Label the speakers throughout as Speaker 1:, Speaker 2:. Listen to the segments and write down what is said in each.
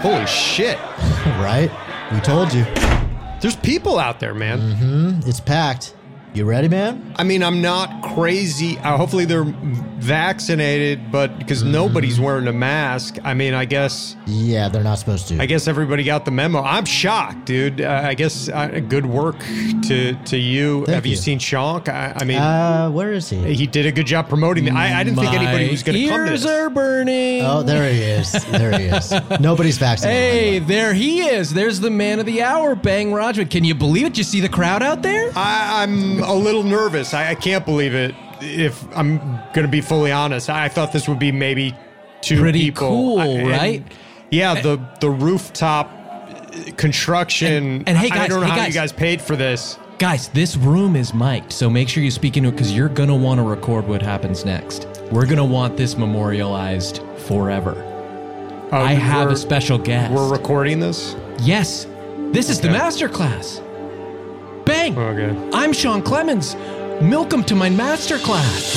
Speaker 1: Holy shit.
Speaker 2: right? We told you.
Speaker 1: There's people out there, man.
Speaker 2: It's packed. You ready, man?
Speaker 1: I mean, I'm not crazy. Uh, hopefully, they're vaccinated, but because nobody's wearing a mask, I mean, I guess,
Speaker 2: Yeah, they're not supposed to.
Speaker 1: I guess everybody got the memo. I'm shocked, dude. Uh, I guess uh, good work to to you.
Speaker 2: Thank
Speaker 1: Have you,
Speaker 2: you.
Speaker 1: seen Shonk? I, I mean,
Speaker 2: uh, where is he?
Speaker 1: he did a good job promoting. The, I, I didn't think anybody
Speaker 3: My
Speaker 1: was going to come to
Speaker 3: Ears
Speaker 1: this.
Speaker 3: are burning.
Speaker 2: Oh, there he is. There he is. Nobody's vaccinated.
Speaker 3: Hey, there he is. There's the man of the hour, Bang Roderick. Can you believe it? You see the crowd out there?
Speaker 1: I, I'm a little nervous. I, I can't believe it. If I'm going to be fully honest, I thought this would be maybe two
Speaker 3: Pretty
Speaker 1: people.
Speaker 3: cool,
Speaker 1: I- and-
Speaker 3: right?
Speaker 1: Yeah, the the rooftop construction.
Speaker 3: And- and hey,
Speaker 1: I- I
Speaker 3: guys,
Speaker 1: don't know
Speaker 3: hey,
Speaker 1: how you guys
Speaker 3: guys.
Speaker 1: paid for this.
Speaker 3: Guys, this room is mic'd, so make sure you speak into it because you're going to want to record what happens next. We're going to want this memorialized forever.
Speaker 1: Oh,
Speaker 3: I have
Speaker 1: we're-
Speaker 3: a special guest.
Speaker 1: We're recording this.
Speaker 3: yes, this is the
Speaker 1: Okay.
Speaker 3: master class. Bang!
Speaker 1: Oh, Okay.
Speaker 3: I'm Sean Clemens. Welcome to my master class.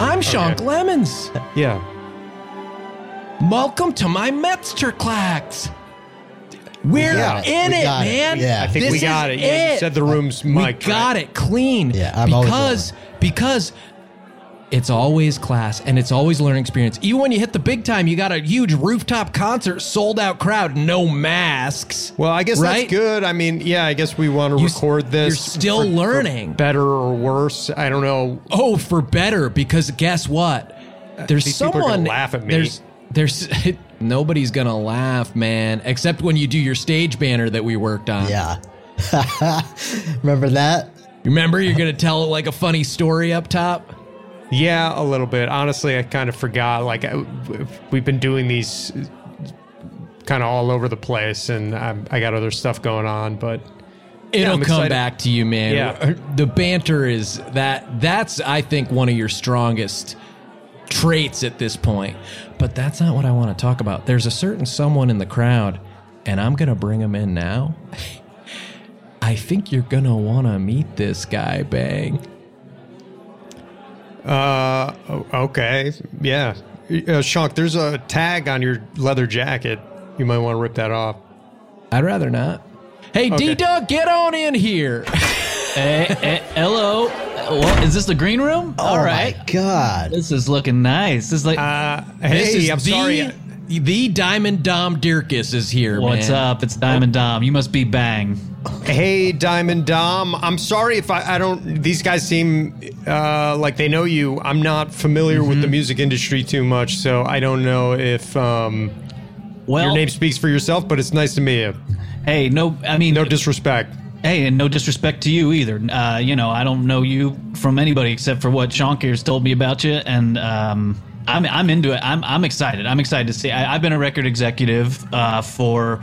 Speaker 3: I'm Sean
Speaker 1: Okay.
Speaker 3: Clemens.
Speaker 1: Yeah.
Speaker 3: Welcome to my master class. We're
Speaker 1: got
Speaker 2: it.
Speaker 3: in
Speaker 2: We
Speaker 3: it,
Speaker 2: got it.
Speaker 3: man.
Speaker 2: Yeah.
Speaker 1: I think
Speaker 3: This
Speaker 1: we got it.
Speaker 3: is
Speaker 1: Yeah, you said the room's
Speaker 3: we
Speaker 1: mic.
Speaker 3: got it clean.
Speaker 2: Yeah, I'm always
Speaker 3: because because it's always class and it's always learning experience. Even when you hit the big time, you got a huge rooftop concert, sold out crowd, no masks.
Speaker 1: Well, I guess
Speaker 3: Right?
Speaker 1: that's good. I mean, yeah, I guess we want to
Speaker 3: You s-
Speaker 1: record this.
Speaker 3: you're still
Speaker 1: for- for
Speaker 3: learning.
Speaker 1: better or worse, I don't know.
Speaker 3: Oh, for better because guess what? There's
Speaker 1: Uh, these people are
Speaker 3: someone
Speaker 1: gonna laugh at me.
Speaker 3: There's there's nobody's gonna laugh, man. Except when you do your stage banner that we worked on.
Speaker 2: Yeah. Remember that?
Speaker 3: Remember, you're gonna tell like a funny story up top.
Speaker 1: Yeah, a little bit. Honestly, I kind of forgot. Like, I, we've been doing these kind of all over the place, and I, I got other stuff going on. But
Speaker 3: It'll
Speaker 1: I'm
Speaker 3: come
Speaker 1: excited.
Speaker 3: back to you, man. Uh,
Speaker 1: Yeah.
Speaker 3: The banter is that that's I think one of your strongest traits at this point. But that's not what I want to talk about. There's a certain someone in the crowd, and I'm gonna bring him in now. I think you're gonna wanna meet this guy, Bang.
Speaker 1: uh, o- okay, yeah, uh, Shank, there's a tag on your leather jacket. You might want to rip that off.
Speaker 3: I'd rather not. Hey, D Dog, get on in here.
Speaker 4: Eh, eh, hello. Well, is this the green room? All
Speaker 2: oh
Speaker 4: right.
Speaker 2: my God.
Speaker 4: This is looking nice. This is like,
Speaker 1: Uh,
Speaker 3: This
Speaker 1: hey,
Speaker 3: is
Speaker 1: I'm
Speaker 3: the,
Speaker 1: sorry.
Speaker 3: The Diamond Dom Dirkus is here,
Speaker 4: what's
Speaker 3: man.
Speaker 4: up? It's Diamond Dom. You must be Bang.
Speaker 1: Hey, Diamond Dom. I'm sorry if I, I don't. These guys seem uh, like they know you. I'm not familiar with the music industry too much, so I don't know if um,
Speaker 4: Well,
Speaker 1: your name speaks for yourself. But it's nice to meet you.
Speaker 4: hey, no, I mean,
Speaker 1: No disrespect.
Speaker 4: hey, and no disrespect to you either. Uh, you know, I don't know you from anybody except for what Sean here's told me about you, and um, I'm I'm into it. I'm I'm excited. I'm excited to see. I, I've been a record executive uh, for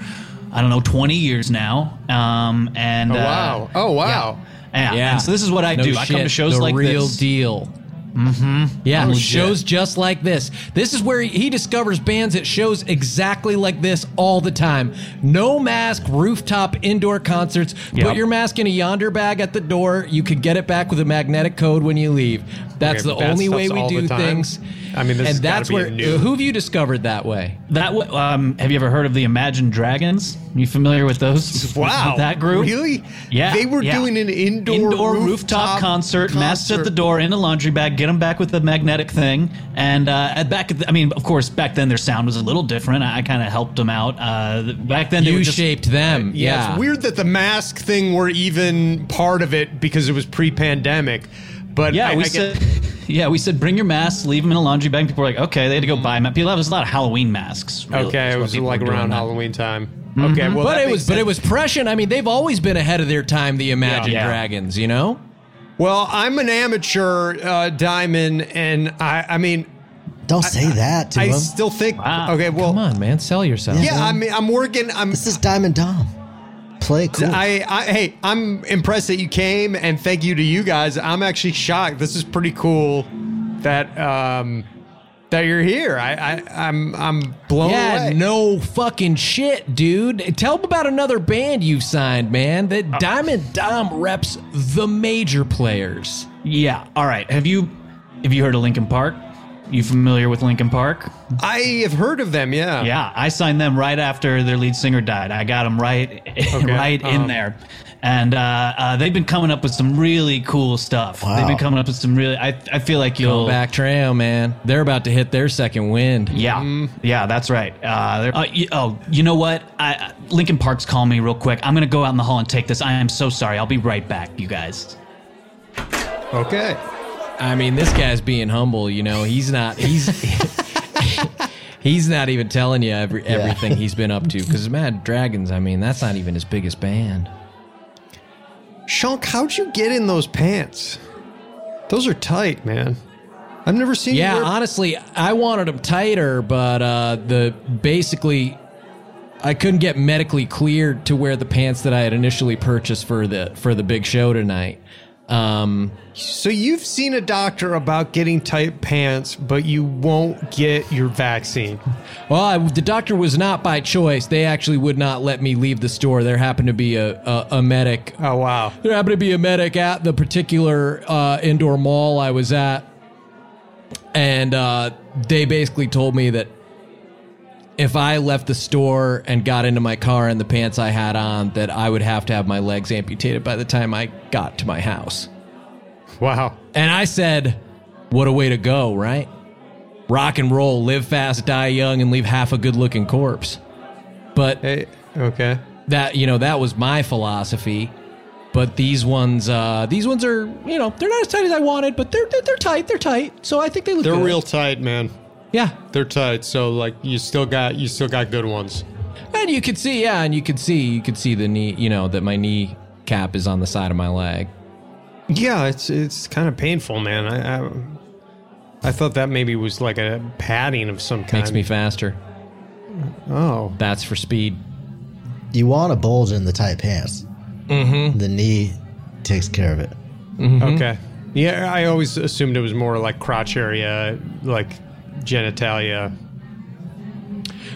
Speaker 4: I don't know 20 years now, um, and
Speaker 1: Oh,
Speaker 4: uh,
Speaker 1: wow. Oh, wow.
Speaker 4: yeah.
Speaker 3: Yeah.
Speaker 4: And so this is what I
Speaker 3: No
Speaker 4: do. I come to
Speaker 3: shit.
Speaker 4: shows
Speaker 3: the
Speaker 4: like
Speaker 3: real
Speaker 4: this.
Speaker 3: deal.
Speaker 1: Mm-hmm.
Speaker 3: Oh, Yeah,
Speaker 4: legit.
Speaker 3: shows just like this. This is where he- he discovers bands at shows exactly like this all the time. No mask, rooftop, indoor concerts. Put
Speaker 4: Yep.
Speaker 3: your mask in a yonder bag at the door. You can get it back with a magnetic code when you leave. That's
Speaker 1: Okay,
Speaker 3: the
Speaker 1: but that
Speaker 3: only way
Speaker 1: stuff's
Speaker 3: we
Speaker 1: all
Speaker 3: do
Speaker 1: the time?
Speaker 3: things.
Speaker 1: I mean, this has
Speaker 3: and
Speaker 1: gotta
Speaker 3: that's
Speaker 1: be a
Speaker 3: where
Speaker 1: new-
Speaker 3: who have you discovered that way?
Speaker 4: That w- um, have you ever heard of the Imagine Dragons? You familiar with those?
Speaker 1: Wow.
Speaker 4: With that group?
Speaker 1: Really?
Speaker 4: Yeah.
Speaker 1: They were
Speaker 4: yeah.
Speaker 1: doing an indoor,
Speaker 4: rooftop, concert, masked at the door in a laundry bag. Get them back with the magnetic thing, and uh, at back. At the, I mean, of course, back then their sound was a little different. I, I kind of helped them out. Uh, back then, they
Speaker 3: You
Speaker 4: were just,
Speaker 3: shaped them.
Speaker 1: Yeah,
Speaker 3: yeah.
Speaker 1: It's weird that the mask thing were even part of it because it was pre-pandemic. But
Speaker 4: Yeah,
Speaker 1: I,
Speaker 4: we
Speaker 1: I get-
Speaker 4: said. Yeah, we said bring your masks, leave them in a laundry bag. People were like, okay, they had to go buy them. People, that was a lot of Halloween masks. really,
Speaker 1: okay,
Speaker 4: is
Speaker 1: it
Speaker 4: what
Speaker 1: was
Speaker 4: people
Speaker 1: like
Speaker 4: were doing
Speaker 1: around
Speaker 4: then.
Speaker 1: Halloween time. Okay, well,
Speaker 3: Mm-hmm. but
Speaker 1: that
Speaker 3: it
Speaker 1: makes
Speaker 3: was but
Speaker 1: sense.
Speaker 3: it was prescient. I mean, they've always been ahead of their time, the Imagine
Speaker 4: Yeah.
Speaker 3: Dragons, you know?
Speaker 1: Well, I'm an amateur uh, diamond, and I, I mean,
Speaker 2: Don't say that to
Speaker 1: I
Speaker 2: him.
Speaker 1: still think.
Speaker 4: Wow.
Speaker 1: Okay, well,
Speaker 3: Come on, man, sell yourself.
Speaker 1: yeah, I mean, I'm working. I'm.
Speaker 2: this is Diamond Dom. Play it cool.
Speaker 1: I, I hey, I'm impressed that you came, and thank you to you guys. I'm actually shocked. This is pretty cool. That um, that you're here. I, I I'm I'm blown
Speaker 3: yeah,
Speaker 1: away.
Speaker 3: no fucking shit, dude. Tell them about another band you've signed, man. That Diamond Dom reps the major players.
Speaker 4: Yeah. All right. Have you have you heard of Lincoln Park? You familiar with Lincoln Park?
Speaker 1: I have heard of them. Yeah.
Speaker 4: Yeah, I signed them right after their lead singer died. I got them right, right in there, and uh, uh, they've been coming up with some really cool stuff. They've been coming up with some really. I, I feel like you'll.
Speaker 3: Back trail, man. They're about to hit their second wind.
Speaker 4: Oh. Yeah, yeah, that's right. Uh, they're- uh, y- oh, you know what? I, Lincoln Park's calling me real quick. I'm gonna go out in the hall and take this. I am so sorry. I'll be right back, you guys.
Speaker 1: Okay.
Speaker 3: I mean, this guy's being humble. You know, he's not. He's he's not even telling you every, everything he's been up to. Because Mad Dragons, I mean, that's not even his biggest band.
Speaker 1: Shonk, how'd you get in those pants? Those are tight, man. I've never seen
Speaker 3: Yeah,
Speaker 1: you. wear-
Speaker 3: honestly, I wanted them tighter, but uh, the basically, I couldn't get medically cleared to wear the pants that I had initially purchased for the for the big show tonight. Um,
Speaker 1: so you've seen a doctor about getting tight pants, but you won't get your vaccine.
Speaker 3: Well, I, the doctor was not by choice. They actually would not let me leave the store. There happened to be a, a, a medic.
Speaker 1: Oh wow.
Speaker 3: There happened to be a medic at the particular uh, indoor mall I was at. And uh, they basically told me that if I left the store and got into my car in the pants I had on, that I would have to have my legs amputated by the time I got to my house.
Speaker 1: Wow.
Speaker 3: And I said, what a way to go, right? Rock and roll, live fast, die young, and leave half a good looking corpse. But
Speaker 1: Hey. Eh, Okay.
Speaker 3: that, you know, that was my philosophy. But these ones, uh, these ones are, you know, they're not as tight as I wanted, but they're, they're, they're tight. They're tight. So I think they look
Speaker 1: They're
Speaker 3: good.
Speaker 1: real tight, man.
Speaker 3: Yeah.
Speaker 1: They're tight. So like you still got you still got good ones.
Speaker 3: And you could see, yeah, and you could see, you could see the knee, you know, that my knee cap is on the side of my leg.
Speaker 1: Yeah, it's it's kind of painful, man. I, I I thought that maybe was like a padding of some kind.
Speaker 3: Makes me faster.
Speaker 1: oh,
Speaker 3: That's for speed.
Speaker 2: You want a bulge in the tight pants. Mm-hmm. The knee takes care of it.
Speaker 3: Mm-hmm.
Speaker 1: okay. Yeah, I always assumed it was more like crotch area, like genitalia.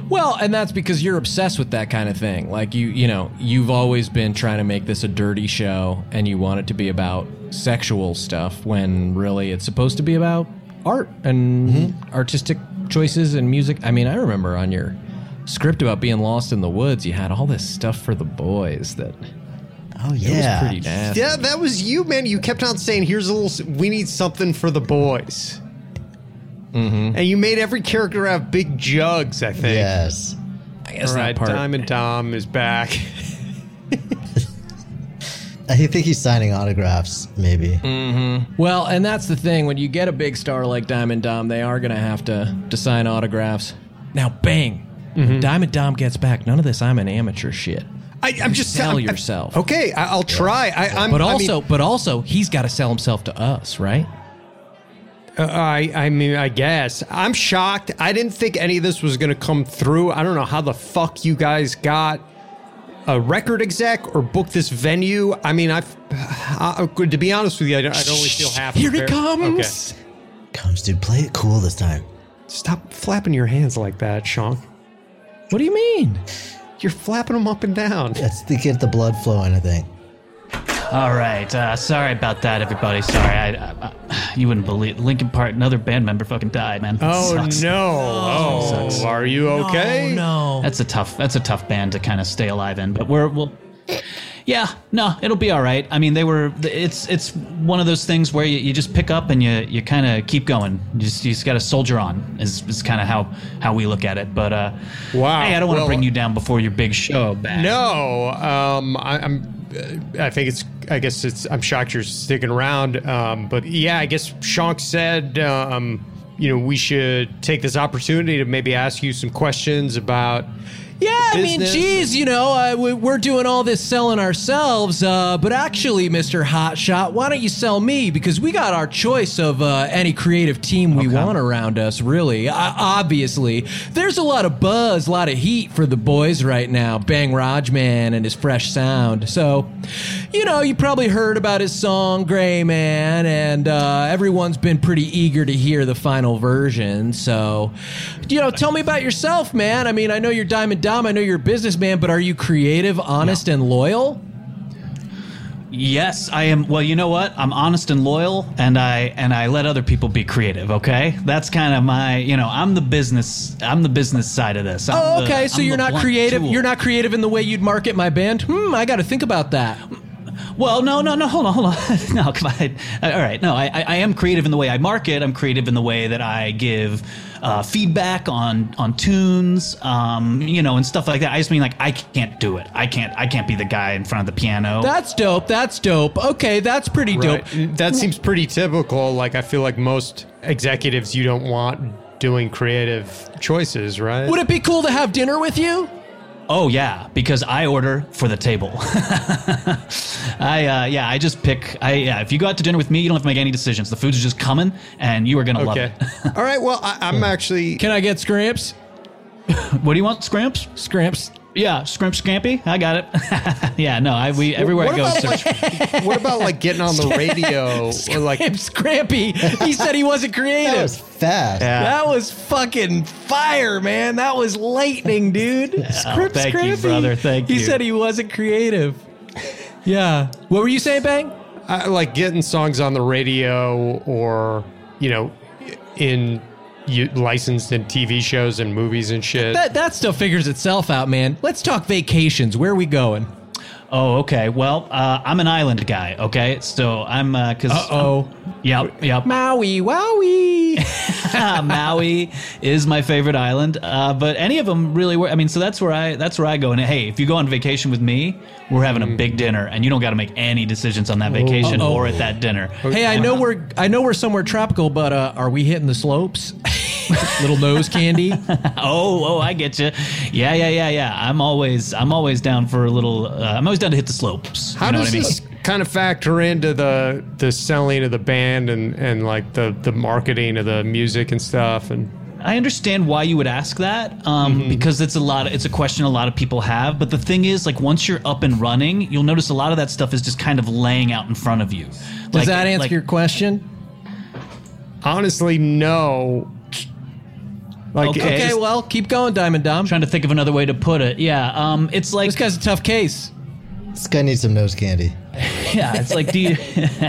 Speaker 3: Well, and that's because you're obsessed with that kind of thing. Like you, you know, you've always been trying to make this a dirty show and you want it to be about sexual stuff when really it's supposed to be about art and artistic choices and music. I mean, I remember on your script about being lost in the woods, you had all this stuff for the boys that
Speaker 2: Oh yeah.
Speaker 3: was pretty nasty.
Speaker 1: Yeah, that was you, man. You kept on saying, "Here's a little. s- We need something for the boys." Mm-hmm. And you made every character have big jugs. I think.
Speaker 2: Yes.
Speaker 3: I guess
Speaker 1: All right,
Speaker 3: that part.
Speaker 1: Diamond Dom is back.
Speaker 2: I think he's signing autographs, maybe.
Speaker 3: Well, and that's the thing. When you get a big star like Diamond Dom, they are going to have to, to sign autographs. Now, bang!
Speaker 1: Mm-hmm.
Speaker 3: Diamond Dom gets back. None of this. I'm an amateur shit.
Speaker 1: I, I'm just
Speaker 3: Sell
Speaker 1: I'm-
Speaker 3: yourself.
Speaker 1: okay, I, I'll try. I, I'm,
Speaker 3: But
Speaker 1: I mean-
Speaker 3: also, but also, he's got to sell himself to us, right?
Speaker 1: Uh, I, I mean, I guess. I'm shocked. I didn't think any of this was going to come through. I don't know how the fuck you guys got a record exec or booked this venue. I mean, I've, I, I- to be honest with you, I don't, I don't really feel half.
Speaker 3: Here he
Speaker 1: prepared. Okay.
Speaker 3: comes.
Speaker 2: Comes, dude. Play it cool this time.
Speaker 1: Stop flapping your hands like that, Sean.
Speaker 3: What do you mean?
Speaker 1: You're flapping them up and down.
Speaker 2: That's to get the blood flowing. I think.
Speaker 4: All right. Uh, sorry about that, everybody. Sorry. I, I, I you wouldn't believe Lincoln Park. Another band member fucking died, man. That
Speaker 1: Oh,
Speaker 4: sucks.
Speaker 1: no. Oh, are you okay?
Speaker 3: Oh no.
Speaker 4: That's a tough. That's a tough band to kind of stay alive in. But we're we'll. Yeah, no, it'll be all right. I mean, they were. It's it's one of those things where you, you just pick up and you you kind of keep going. You just you just got to soldier on. Is is kind of how how we look at it. But uh,
Speaker 1: Wow.
Speaker 4: hey, I don't want to
Speaker 1: Well-
Speaker 4: bring you down before your big show. Back.
Speaker 1: No, um, I, I'm. uh, I think it's. I guess it's. I'm shocked you're sticking around. Um, but yeah, I guess Shank said. Um, you know, we should take this opportunity to maybe ask you some questions about
Speaker 3: Yeah, I mean,
Speaker 1: business.
Speaker 3: geez, you know, uh, we- we're doing all this selling ourselves, uh, but actually, Mister Hotshot, why don't you sell me? Because we got our choice of uh, any creative team we want around us. Really, I- obviously, there's a lot of buzz, a lot of heat for the boys right now. Bang Rajman and his fresh sound. So, you know, you probably heard about his song Gray Man, and uh, everyone's been pretty eager to hear the final version. So, you know, tell me about yourself, man. I mean, I know you're Diamond Dom, I know you're a businessman, but are you creative, honest, and loyal?
Speaker 4: Yes, I am. Well, you know what? I'm honest and loyal, and I and I let other people be creative. Okay, that's kind of my. You know, I'm the business. I'm the business side of this. I'm
Speaker 3: Oh,
Speaker 4: the-
Speaker 3: okay. so
Speaker 4: Uh, I'm
Speaker 3: you're
Speaker 4: the
Speaker 3: not
Speaker 4: blunt
Speaker 3: creative.
Speaker 4: tool.
Speaker 3: You're not creative in the way you'd market my band. Hmm. I got to think about that.
Speaker 4: Well, no, no, no. Hold on, hold on. no, come on. All right. No, I, I I am creative in the way I market. I'm creative in the way that I give uh, feedback on on tunes, um, you know, and stuff like that. I just mean like I can't do it. I can't. I can't be the guy in front of the piano.
Speaker 3: That's dope. That's dope. Okay, that's pretty dope.
Speaker 1: Right. That seems pretty typical. Like I feel like most executives you don't want doing creative choices, right?
Speaker 3: Would it be cool to have dinner with you?
Speaker 4: Oh yeah, because I order for the table. I uh, yeah, I just pick. I yeah, if you go out to dinner with me, you don't have to make any decisions. The food's just coming, and you are gonna
Speaker 1: okay.
Speaker 4: love
Speaker 1: All right. Well, I, I'm actually.
Speaker 3: Can I get scrimps?
Speaker 4: it. What do you want, scrimps?
Speaker 3: Scrimps.
Speaker 4: Yeah, scrimp scampy. I got it. yeah, no, I we everywhere
Speaker 1: what
Speaker 4: I go.
Speaker 1: about,
Speaker 4: search-
Speaker 1: like, what about like getting on the radio or like
Speaker 3: Scrimps. Scrampy. He said he wasn't creative.
Speaker 2: That was fast.
Speaker 1: Yeah.
Speaker 3: That was fucking fire, man. That was lightning, dude. Script
Speaker 4: Oh, thank you,
Speaker 3: Scrappy.
Speaker 4: brother. Thank
Speaker 3: he
Speaker 4: you.
Speaker 3: He said he wasn't creative. Yeah. What were you saying, Bang?
Speaker 1: I like getting songs on the radio or you know in you, licensed in TV shows and movies and shit.
Speaker 3: That that stuff figures itself out, man. Let's talk vacations. Where are we going?
Speaker 4: oh, okay. Well, uh, I'm an island guy. Okay, so I'm because
Speaker 3: Oh,
Speaker 4: yep, yep.
Speaker 3: Maui, wowie.
Speaker 4: Maui is my favorite island, uh, but any of them really were. I mean, so that's where I that's where I go. And hey, if you go on vacation with me, we're having
Speaker 3: Hmm.
Speaker 4: a big dinner, and you don't got to make any decisions
Speaker 3: Oh,
Speaker 4: on that vacation
Speaker 3: Uh-oh.
Speaker 4: or at that dinner.
Speaker 3: Hey, I know we're I know we're somewhere tropical, but uh, are we hitting the slopes? Little nose candy.
Speaker 4: Oh, oh, I get you. Yeah, yeah, yeah, yeah. I'm always I'm always down for a little. Uh, I'm always down to hit the slopes.
Speaker 1: How
Speaker 4: you know
Speaker 1: does
Speaker 4: what I mean?
Speaker 1: this kind of factor into the the selling of the band and and like the the marketing of the music and stuff and
Speaker 4: I understand why you would ask that um,
Speaker 3: Mm-hmm.
Speaker 4: because it's a lot. It's a question a lot of people have. But the thing is, like once you're up and running, you'll notice a lot of that stuff is just kind of laying out in front of you.
Speaker 3: Does that answer your question?
Speaker 1: honestly no. Like
Speaker 4: Okay.
Speaker 1: it's
Speaker 3: Okay,
Speaker 1: just-
Speaker 3: well, keep going, Diamond Dom.
Speaker 4: trying to think of another way to put it. Yeah, um, it's like
Speaker 3: This guy's a tough case.
Speaker 2: This guy needs some nose candy.
Speaker 4: yeah, it's like do you,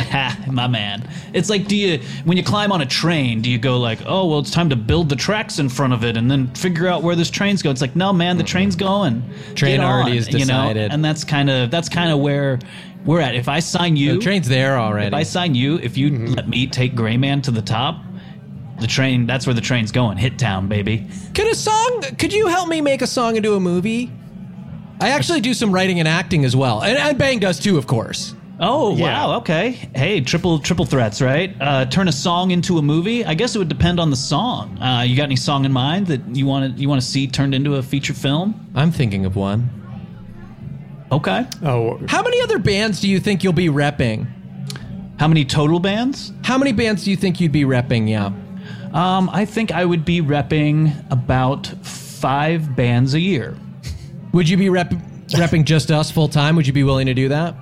Speaker 4: my man? It's like do you when you climb on a train? Do you go like, oh well, it's time to build the tracks in front of it and then figure out where this train's going? It's like, no, man, the train's going.
Speaker 3: Train
Speaker 4: Get
Speaker 3: already
Speaker 4: on,
Speaker 3: is
Speaker 4: you know?
Speaker 3: decided.
Speaker 4: and that's kind of that's kind of where we're at. If I sign you,
Speaker 3: The train's Mm-hmm. there
Speaker 4: if I
Speaker 3: already.
Speaker 4: sign you, if you let me take Gray Man to the top, the train that's where the train's going. Hit town, baby.
Speaker 3: Could a song? Could you help me make a song into a movie? I actually do some writing and acting as well, and, and Bang does too, of course.
Speaker 4: Oh
Speaker 1: Yeah.
Speaker 4: wow! Okay, hey, triple triple threats, right? Uh, turn a song into a movie. I guess it would depend on the song. Uh, you got any song in mind that you want to you want to see turned into a feature film?
Speaker 3: I'm thinking of one.
Speaker 4: Okay.
Speaker 1: oh
Speaker 3: How many other bands do you think you'll be repping?
Speaker 4: How many total bands?
Speaker 3: How many bands do you think you'd be repping? Yeah.
Speaker 4: Um, I think I would be repping about five bands a year.
Speaker 3: Would you be rep- repping just us full time? Would you be willing to do that?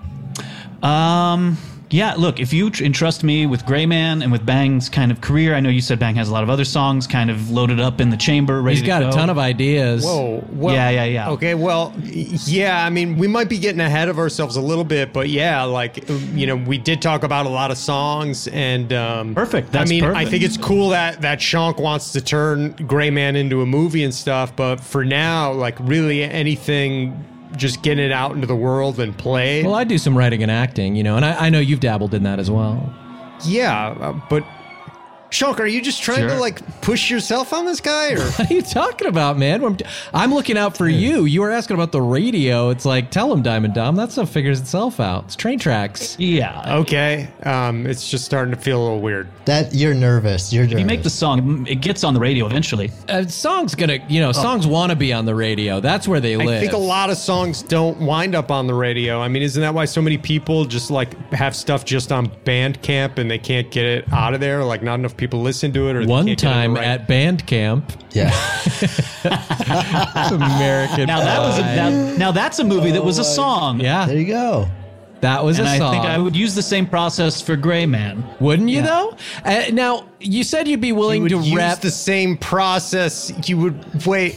Speaker 4: Yeah, look, if you tr- entrust me with Gray Man and with Bang's kind of career, I know you said Bang has a lot of other songs kind of loaded up in the chamber, ready
Speaker 3: He's got a ton of ideas.
Speaker 1: Whoa. Oh, Well,
Speaker 4: Yeah, yeah, yeah.
Speaker 1: Okay, well, y- yeah, I mean, we might be getting ahead of ourselves a little bit, but yeah, like, you know, we did talk about a lot of songs and. Um,
Speaker 4: Perfect,
Speaker 1: I
Speaker 4: that's
Speaker 1: mean, I
Speaker 4: perfect.
Speaker 1: think it's cool that, that Shonk wants to turn Gray Man into a movie and stuff, but for now, like, really anything, just getting it out into the world and play.
Speaker 3: Well, I do some writing and acting, you know, and I, I know you've dabbled in that as well.
Speaker 1: yeah, uh, but Shunk, are you just trying to
Speaker 4: Sure.
Speaker 1: like push yourself on this guy? Or
Speaker 3: What are you talking about, man? I'm, I'm looking out for you. You were asking about the radio. It's like, tell him, Diamond Dom. That stuff figures itself out. It's train tracks.
Speaker 4: Yeah.
Speaker 1: okay, um, it's just starting to feel a little weird.
Speaker 2: That you're nervous. You're nervous.
Speaker 4: You make the song, it gets on the radio eventually.
Speaker 3: Uh, songs gonna, you know, songs want to be on the radio. That's where they live.
Speaker 1: Oh. I think a lot of songs don't wind up on the radio. I mean, isn't that why so many people just like have stuff just on Bandcamp and they can't get it out of there? Like, not enough people listen to it. Or they
Speaker 3: One
Speaker 1: can't get it
Speaker 3: time
Speaker 1: right-
Speaker 3: at band camp,
Speaker 2: yeah.
Speaker 3: American.
Speaker 4: Now that was a,
Speaker 3: Pie.
Speaker 4: now, now that's a movie that was a song.
Speaker 3: yeah.
Speaker 2: there you go.
Speaker 3: That was
Speaker 4: And
Speaker 3: a
Speaker 4: I
Speaker 3: song.
Speaker 4: think I would use the same process for Gray Man.
Speaker 3: Wouldn't you though? Uh, now you said you'd be willing
Speaker 1: you would
Speaker 3: to
Speaker 1: use
Speaker 3: rep.
Speaker 1: the same process. You would wait.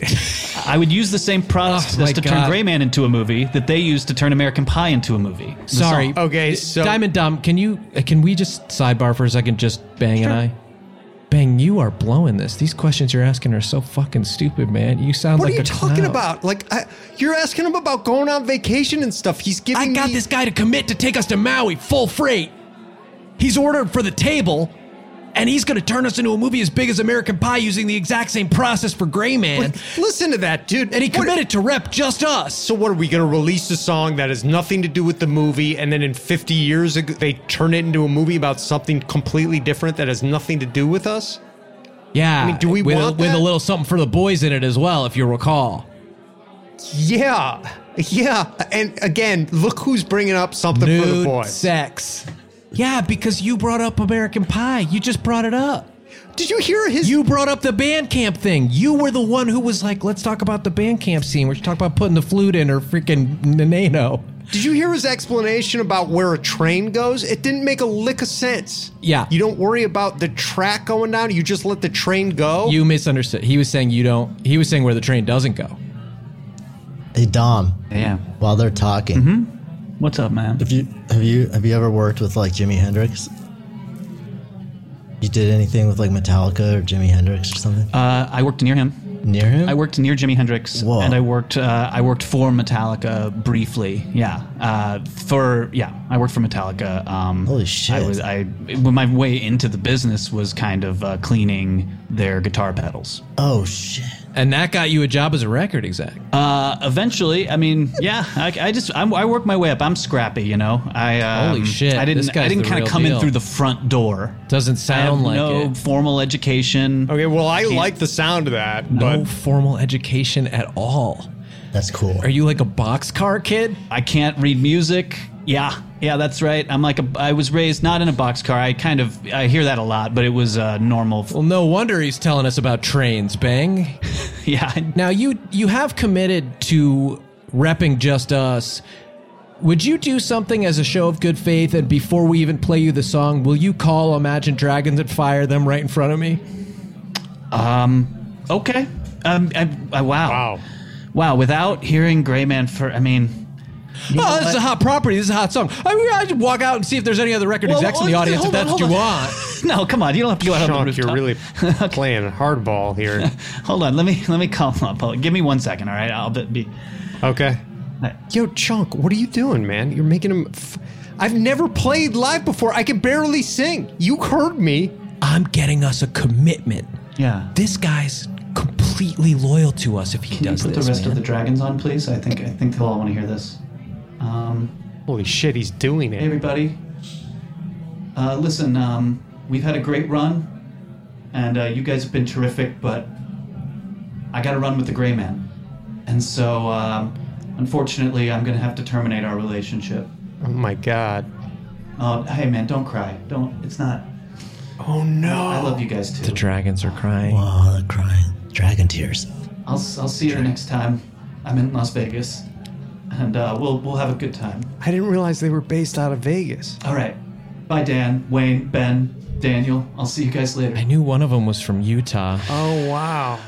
Speaker 4: I would use the same process
Speaker 3: Oh, my
Speaker 4: to
Speaker 3: God.
Speaker 4: turn Gray Man into a movie that they used to turn American Pie into a movie. The
Speaker 3: Sorry.
Speaker 4: song.
Speaker 1: Okay,
Speaker 3: D-
Speaker 1: so-
Speaker 3: Diamond Dom, can you uh, can we just sidebar for a second? Just Bang and I. Bang, you are blowing this. These questions you're asking are so fucking stupid, man. You sound
Speaker 1: What
Speaker 3: like
Speaker 1: are you
Speaker 3: a
Speaker 1: talking
Speaker 3: clown.
Speaker 1: about? Like, I, you're asking him about going on vacation and stuff. He's giving.
Speaker 3: I got
Speaker 1: me-
Speaker 3: this guy to commit to take us to Maui full freight. He's ordered for the table, and he's going to turn us into a movie as big as American Pie using the exact same process for Gray Man.
Speaker 1: Listen to that, dude.
Speaker 3: And he
Speaker 1: What-
Speaker 3: committed to rep just us.
Speaker 1: So what are we going to release a song that has nothing to do with the movie, and then in 50 years ag- they turn it into a movie about something completely different that has nothing to do with us?
Speaker 3: Yeah, I
Speaker 1: mean, do we
Speaker 3: with,
Speaker 1: want
Speaker 3: a, with a
Speaker 1: that?
Speaker 3: little something for the boys in it as well, if you recall.
Speaker 1: Yeah, yeah. And again, look who's bringing up something for the
Speaker 3: Nude
Speaker 1: boys.
Speaker 3: sex. Yeah, because you brought up American Pie. You just brought it up.
Speaker 1: Did you hear his?
Speaker 3: You brought up the band camp thing. You were the one who was like, "Let's talk about the band camp scene." We should talk about putting the flute in or freaking nanano.
Speaker 1: did you hear his explanation about where a train goes? It didn't make a lick of sense.
Speaker 3: Yeah.
Speaker 1: You don't worry about the track going down. You just let the train go.
Speaker 3: You misunderstood. He was saying you don't. He was saying where the train doesn't go.
Speaker 2: Hey Dom,
Speaker 4: Yeah.
Speaker 2: while they're talking,
Speaker 4: What's up, man?
Speaker 2: have you have you have you ever worked with like Jimi Hendrix? You did anything with like Metallica or Jimi Hendrix or something
Speaker 4: Uh, I worked near him.
Speaker 2: near him?
Speaker 4: I worked near Jimi Hendrix,
Speaker 2: Whoa.
Speaker 4: and I worked uh, I worked for Metallica briefly. Yeah, uh, for yeah, I worked for Metallica. Um,
Speaker 2: Holy shit.
Speaker 4: I was I when my way into the business was kind of uh, cleaning their guitar pedals.
Speaker 2: oh shit!
Speaker 3: And that got you a job as a record exec.
Speaker 4: Uh, eventually, I mean, yeah, I, I just I'm, I work my way up. I'm scrappy, you know. I um,
Speaker 3: Holy shit,
Speaker 4: I didn't
Speaker 3: this guy's
Speaker 4: I didn't
Speaker 3: the
Speaker 4: kind
Speaker 3: real
Speaker 4: of come
Speaker 3: deal.
Speaker 4: in through the front door.
Speaker 3: Doesn't
Speaker 4: I have
Speaker 3: sound like
Speaker 4: no
Speaker 3: it.
Speaker 4: formal education.
Speaker 1: okay, well, I like the sound of that, but
Speaker 3: no formal education at all.
Speaker 2: That's cool.
Speaker 3: Are you like a boxcar kid?
Speaker 4: I can't read music. Yeah, yeah, that's right. I'm like a, I was raised not in a boxcar. I kind of I hear that a lot, but it was uh, normal.
Speaker 3: Well, no wonder he's telling us about trains, Bang.
Speaker 4: Yeah,
Speaker 3: Now you you have committed to repping just us. Would you do something as a show of good faith? And before we even play you the song, will you call Imagine Dragons and fire them right in front of me?
Speaker 4: okay. Um, I, I, wow,
Speaker 1: wow.
Speaker 4: wow. Without hearing Grayman for, I mean,
Speaker 3: oh, this is a hot property. This is a hot song. I mean, I just walk out and see if there's any other record
Speaker 4: Well,
Speaker 3: execs in the
Speaker 4: well,
Speaker 3: audience. If
Speaker 4: hold on,
Speaker 3: that's what you
Speaker 4: hold on.
Speaker 3: want.
Speaker 4: no, come on. You don't have to go out on the
Speaker 1: Shunk,
Speaker 4: rooftop.
Speaker 1: you're really playing hardball here.
Speaker 4: Hold on. Let me let me call him up. Hold- Give me one second. All right. I'll be. be
Speaker 1: Okay.
Speaker 4: Right.
Speaker 1: Yo, Chunk, what are you doing, man? You're making him. F- I've never played live before. I can barely sing. You heard me.
Speaker 3: I'm getting us a commitment.
Speaker 4: yeah.
Speaker 3: This guy's completely loyal to us if he
Speaker 4: Can you
Speaker 3: does
Speaker 4: put the
Speaker 3: this.
Speaker 4: rest
Speaker 3: man.
Speaker 4: of the dragons on, please? I think I think they'll all want to hear this. Um,
Speaker 1: Holy shit, he's doing
Speaker 4: Hey
Speaker 1: it.
Speaker 4: everybody. Uh, listen, um, we've had a great run, and uh, you guys have been terrific, but I got to run with the Gray Man, and so um, unfortunately, I'm gonna have to terminate our relationship.
Speaker 1: Oh my god.
Speaker 4: Oh, hey man, don't cry. Don't. It's not.
Speaker 1: Oh no.
Speaker 4: I love you guys too.
Speaker 3: The dragons are crying.
Speaker 2: Wow, they're Oh, crying. Dragon tears.
Speaker 4: I'll s- I'll see you next time. I'm in Las Vegas, and uh, we'll we'll have a good time.
Speaker 1: I didn't realize they were based out of Vegas.
Speaker 4: All right. Bye, Dan, Wayne, Ben, Daniel. I'll see you guys later.
Speaker 3: I knew one of them was from Utah.
Speaker 1: Oh wow.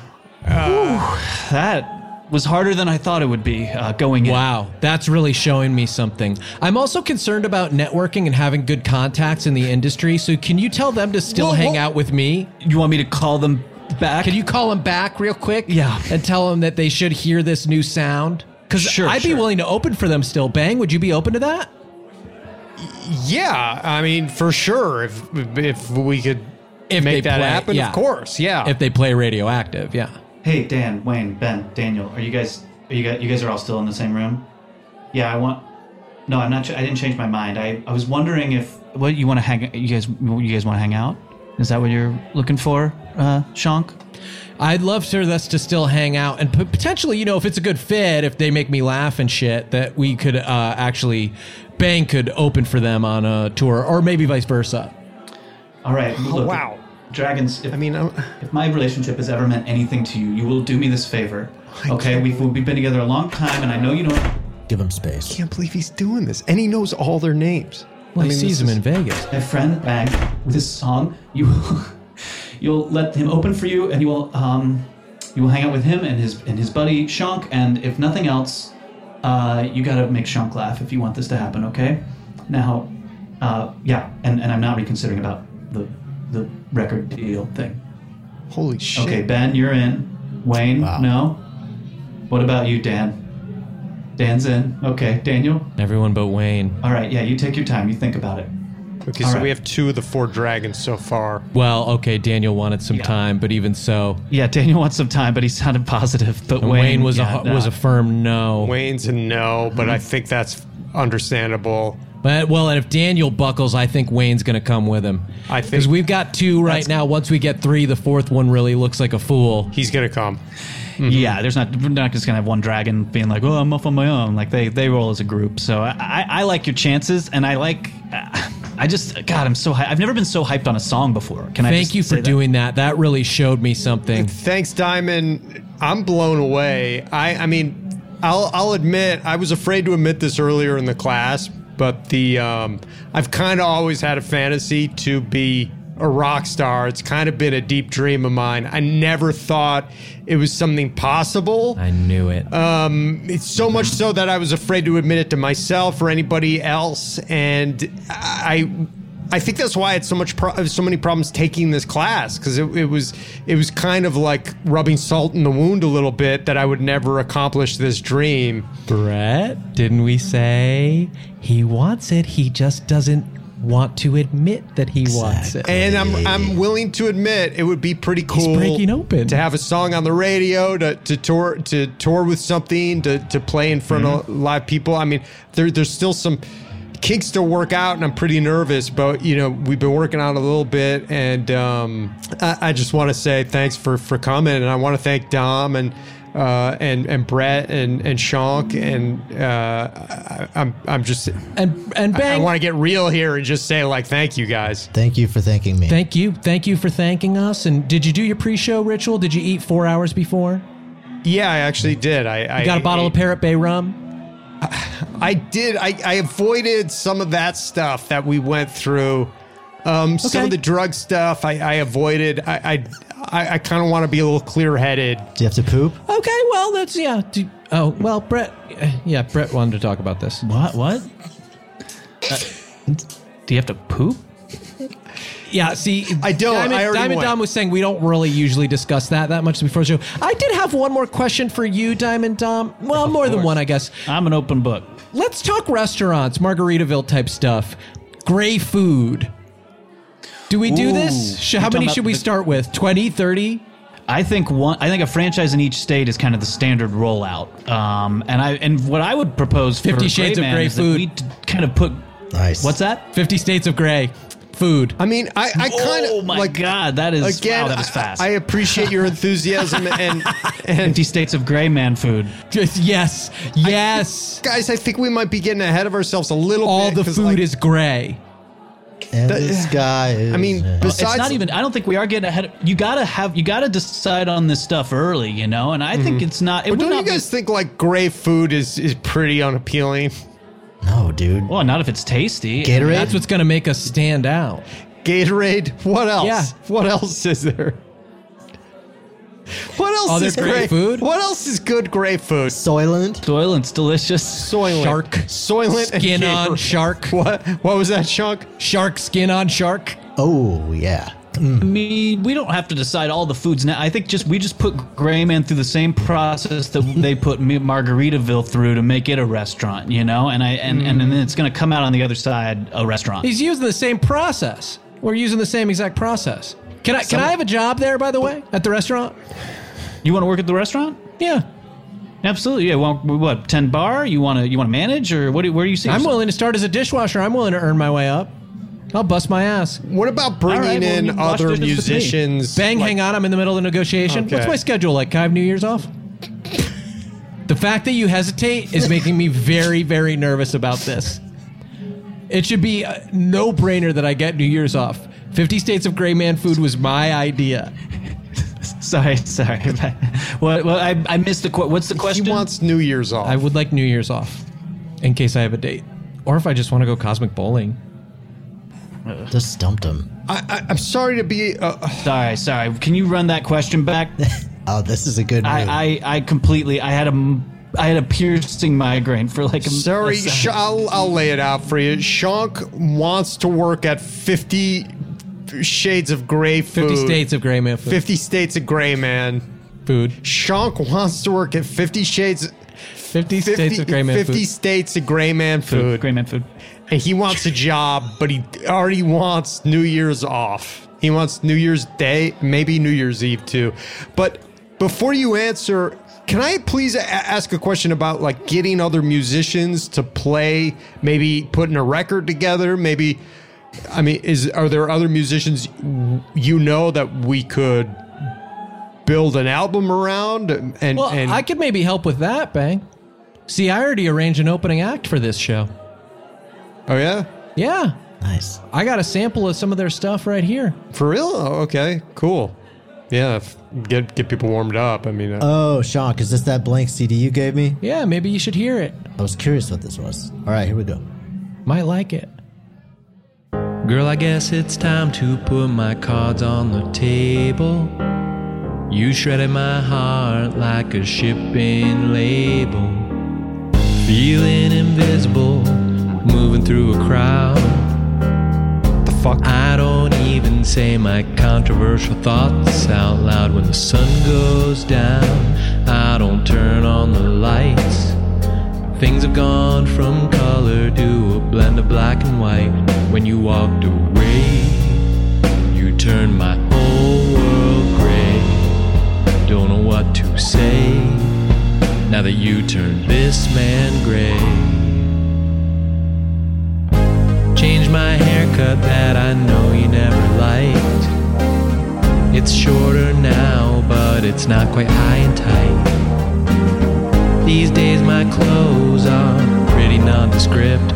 Speaker 4: That was harder than I thought it would be uh, going in.
Speaker 3: Wow, that's really showing me something. I'm also concerned about networking and having good contacts in the industry. So, can you tell them to still
Speaker 1: Well,
Speaker 3: hang
Speaker 1: well-
Speaker 3: out with me?
Speaker 4: You want me to call them back?
Speaker 3: Can you call them back real quick?
Speaker 4: Yeah.
Speaker 3: And tell them that they should hear this new sound? Because
Speaker 4: Sure,
Speaker 3: I'd be
Speaker 4: sure.
Speaker 3: willing to open for them still. Bang, would you be open to that?
Speaker 1: Yeah, I mean for sure. If if we could
Speaker 3: If
Speaker 1: make
Speaker 3: they
Speaker 1: that
Speaker 3: play-
Speaker 1: happen,
Speaker 3: yeah.
Speaker 1: of course. Yeah.
Speaker 3: if they play radioactive. Yeah.
Speaker 4: Hey, Dan, Wayne, Ben, Daniel, are you guys? Are you guys? You guys are all still in the same room? Yeah, I want. No, I'm not. ch- I didn't change my mind. I, I was wondering if what you want to hang. You guys, you guys want to hang out? Is that what you're looking for, uh, Shonk?
Speaker 3: I'd love for us to still hang out and p- potentially, you know, if it's a good fit, if they make me laugh and shit, that we could uh, actually, Bang could open for them on a tour or maybe vice versa.
Speaker 4: All right.
Speaker 1: Oh,
Speaker 4: look,
Speaker 1: wow.
Speaker 4: Dragons. If,
Speaker 1: I mean, I'm,
Speaker 4: if my relationship has ever meant anything to you, you will do me this favor. Okay, we've, we've been together a long time, and I know you don't.
Speaker 2: Give him space.
Speaker 1: can't believe he's doing this, and he knows all their names.
Speaker 3: Well,
Speaker 1: I mean,
Speaker 3: he
Speaker 1: this
Speaker 3: sees them
Speaker 1: is-
Speaker 3: in Vegas.
Speaker 4: My friend Bang, with his song, you you'll let him open for you, and you will um, you will hang out with him and his and his buddy Shonk, and if nothing else, uh, you gotta make Shonk laugh if you want this to happen. Okay, now, uh, yeah, and, and I'm not reconsidering about the the record deal thing.
Speaker 1: Holy shit!
Speaker 4: Okay, Ben, you're in. Wayne,
Speaker 2: Wow.
Speaker 4: no. What about you, Dan? Dan's in. Okay, Daniel.
Speaker 3: Everyone but Wayne.
Speaker 4: All right, yeah, you take your time. You think about it.
Speaker 1: Okay,
Speaker 4: All
Speaker 1: so
Speaker 4: right.
Speaker 1: we have two of the four dragons so far.
Speaker 3: Well, okay, Daniel wanted some
Speaker 4: Yeah.
Speaker 3: time, but even so,
Speaker 4: Yeah, Daniel wants some time, but he sounded positive. But
Speaker 3: Wayne,
Speaker 4: Wayne,
Speaker 3: was
Speaker 4: yeah,
Speaker 3: a
Speaker 4: nah.
Speaker 3: was a firm no.
Speaker 1: Wayne's a no, but
Speaker 3: Mm-hmm.
Speaker 1: I think that's understandable.
Speaker 3: But well, and if Daniel buckles, I think Wayne's going to come with him.
Speaker 1: I think-
Speaker 3: because we've got two right
Speaker 1: That's-
Speaker 3: now. Once we get three, the fourth one really looks like a fool.
Speaker 1: He's gonna come.
Speaker 3: mm-hmm.
Speaker 4: yeah. There's not we're not just gonna have one dragon being like, oh, I'm off on my own. Like they they roll as a group. So I I, I like your chances, and I like. I just God, I'm so hy I've never been so hyped on a song before. Can I
Speaker 3: Thank
Speaker 4: just
Speaker 3: you for
Speaker 4: say that?
Speaker 3: doing that. That really showed me something.
Speaker 1: Thanks, Diamond. I'm blown away. I, I mean, I'll, I'll admit, I was afraid to admit this earlier in the class, but the um, I've kind of always had a fantasy to be a rock star. It's kind of been a deep dream of mine. I never thought it was something possible.
Speaker 3: I knew it.
Speaker 1: It's so much so that I was afraid to admit it to myself or anybody else, and I. I think that's why I had so much, pro- so many problems taking this class because it, it was, it was kind of like rubbing salt in the wound a little bit that I would never accomplish this dream.
Speaker 3: Brett, didn't we say he wants it? He just doesn't want to admit that he wants it.
Speaker 1: And I'm, I'm willing to admit it would be pretty cool
Speaker 3: breaking open.
Speaker 1: to have a song on the radio, to, to tour, to tour with something, to, to play in front of
Speaker 3: Mm-hmm.
Speaker 1: live people. I mean, there, there's still some kinks to work out, and I'm pretty nervous. But you know, we've been working on it a little bit, and um, I, I just want to say thanks for for coming, and I want to thank Dom and. Uh, and and Brett and and Shonk and uh, I, I'm I'm just
Speaker 3: And and
Speaker 1: I,
Speaker 3: bang.
Speaker 1: want to get real here and just say like thank you guys.
Speaker 2: Thank you for thanking me.
Speaker 3: Thank you. Thank you for thanking us. And did you do your pre-show ritual? Did you eat four hours before?
Speaker 1: Yeah, I actually did. I, I
Speaker 3: You got a
Speaker 1: I-
Speaker 3: bottle of Parrot Bay rum?
Speaker 1: I did. I, I avoided some of that stuff that we went through. Um, Some
Speaker 3: Okay.
Speaker 1: of the drug stuff I, I avoided. I I, I, I kind of want to be a little clear headed.
Speaker 2: Do you have to poop?
Speaker 3: Okay, well, that's, yeah. Do- oh, well, Brett, eh, yeah, Brett wanted to talk about this.
Speaker 4: what what? Uh, do you have to poop?
Speaker 3: Yeah, see,
Speaker 1: I don't.
Speaker 3: Diamond,
Speaker 1: I already
Speaker 3: Diamond
Speaker 1: went.
Speaker 3: Dom was saying we don't really usually discuss that that much before the show. I did have one more question for you, Diamond Dom. Well, more than
Speaker 4: course.
Speaker 3: one, I guess.
Speaker 4: I'm an open book.
Speaker 3: Let's talk restaurants, Margaritaville type stuff, gray food. Do we do
Speaker 4: Ooh,
Speaker 3: this? Sh-
Speaker 4: you're
Speaker 3: How many
Speaker 4: talking
Speaker 3: should
Speaker 4: about
Speaker 3: we
Speaker 4: the-
Speaker 3: start with? 20, 30?
Speaker 4: I think one. I think a franchise in each state is kind of the standard rollout. Um, and I and what I would propose for
Speaker 3: Fifty Shades of
Speaker 4: Grey Man
Speaker 3: Grey
Speaker 4: is that
Speaker 3: food.
Speaker 4: we t- kind of put.
Speaker 2: Nice.
Speaker 4: What's that?
Speaker 3: 50 states of gray food.
Speaker 1: I mean, I, I kind of
Speaker 4: oh my
Speaker 1: like
Speaker 4: god, that is
Speaker 1: again.
Speaker 4: wow, that is
Speaker 1: I-
Speaker 4: fast.
Speaker 1: I, appreciate your enthusiasm and and
Speaker 4: Fifty states of Grey Man food.
Speaker 3: Just yes, yes.
Speaker 1: guys, I think we might be getting ahead of ourselves a little.
Speaker 3: All
Speaker 1: bit,
Speaker 3: the
Speaker 1: 'cause,
Speaker 3: food
Speaker 1: like,
Speaker 3: is gray.
Speaker 2: And
Speaker 1: That-
Speaker 2: this guy is.
Speaker 1: I mean,
Speaker 2: Yeah.
Speaker 1: besides
Speaker 4: it's not even. I don't think we are getting ahead. Of, you gotta have. You gotta decide on this stuff early, you know. And I think it's not. It would
Speaker 1: Mm-hmm. Don't
Speaker 4: not
Speaker 1: you guys think like gray food is is pretty unappealing?
Speaker 2: no, dude.
Speaker 4: be, well, not if it's tasty.
Speaker 2: Gatorade.
Speaker 3: That's what's going to make us stand out.
Speaker 1: Gatorade. What else?
Speaker 3: Yeah.
Speaker 1: What else is there? What else
Speaker 3: Other
Speaker 1: is
Speaker 3: great
Speaker 1: great
Speaker 3: food?
Speaker 1: What else is good great food?
Speaker 2: Soylent.
Speaker 4: Soylent's delicious.
Speaker 1: Soylent.
Speaker 3: Shark.
Speaker 1: Soylent and
Speaker 3: Skin
Speaker 1: Gatorade.
Speaker 3: on shark.
Speaker 1: What? What was that, Chunk?
Speaker 3: Shark skin on shark.
Speaker 2: Oh yeah.
Speaker 4: I mean, we don't have to decide all the foods now. I think just we just put Gray Man through the same process that they put Ma- Margaritaville through to make it a restaurant, you know. And I and and, and then it's going to come out on the other side a restaurant.
Speaker 3: He's using the same process. We're using the same exact process. Can I can I have a job there? By the way, at the restaurant.
Speaker 4: You want to work at the restaurant?
Speaker 3: Yeah,
Speaker 4: Absolutely. Yeah. Well, what ten bar? You want to you want to manage or what? do- Where do you see?
Speaker 3: I'm
Speaker 4: yourself?
Speaker 3: willing to start as a dishwasher. I'm willing to earn my way up. I'll bust my ass.
Speaker 1: What about bringing
Speaker 4: All right, well, you
Speaker 1: in
Speaker 4: watch
Speaker 1: other
Speaker 4: this with me.
Speaker 1: musicians?
Speaker 3: Bang, hang on. I'm in the middle of the negotiation.
Speaker 1: Okay.
Speaker 3: What's my schedule like? Can I have New Year's off? the fact that you hesitate is making me very, very nervous about this. It should be a no brainer that I get New Year's off. 50 States of Gray Man Food was my idea.
Speaker 4: Sorry, sorry. well, well, I, I missed the qu- what's the
Speaker 1: He
Speaker 4: question?
Speaker 1: wants New Year's off.
Speaker 3: I would like New Year's off in case I have a date. Or if I just want to go cosmic bowling.
Speaker 2: Just stumped him.
Speaker 1: I, I, I'm sorry to be. Uh,
Speaker 4: sorry, sorry. Can you run that question back?
Speaker 2: Oh, this is a good move.
Speaker 4: I, I I completely I had a m- I had a piercing migraine for like a
Speaker 1: sorry,
Speaker 4: a second.
Speaker 1: Sh- I'll, I'll lay it out for you. Shank wants to work at 50 Shades of Gray food.
Speaker 3: 50 States of Gray Man Food.
Speaker 1: 50 States of Gray, man.
Speaker 3: food.
Speaker 1: Shank wants to work at 50 Shades.
Speaker 3: 50,
Speaker 1: 50,
Speaker 3: States of Gray Man
Speaker 1: 50
Speaker 3: Food.
Speaker 1: States of Gray Man food.
Speaker 4: Great man food.
Speaker 1: And he wants a job, but he already wants New Year's off. He wants New Year's Day, maybe New Year's Eve too. But before you answer, can I please a- ask a question about like getting other musicians to play, maybe putting a record together, maybe I mean, is are there other musicians you know that we could build an album around and
Speaker 3: Well,
Speaker 1: and
Speaker 3: I could maybe help with that, Bang. See, I already arranged an opening act for this show.
Speaker 1: Oh yeah?
Speaker 3: Yeah.
Speaker 2: nice.
Speaker 3: I got a sample of some of their stuff right here.
Speaker 1: For real? Oh, okay, cool. Yeah, if, get get people warmed up. I mean, uh,
Speaker 2: Oh, Sean, is this that blank CD you gave me?
Speaker 3: Yeah, maybe you should hear it.
Speaker 2: I was curious what this was. All right, here we go.
Speaker 3: Might like it. Girl, I guess it's time to put my cards on the table. You shredded my heart like a shipping label. Feeling invisible, moving through a crowd.
Speaker 1: the fuck.
Speaker 3: I don't even say my controversial thoughts out loud when the sun goes down. I don't turn on the lights. Things have gone from color to a blend of black and white. When you walked away, you turned my whole world gray. Don't know what to say now that you turned this man gray. Change my haircut that I know you never liked. It's shorter now, but it's not quite high and tight. These days my clothes are pretty nondescript.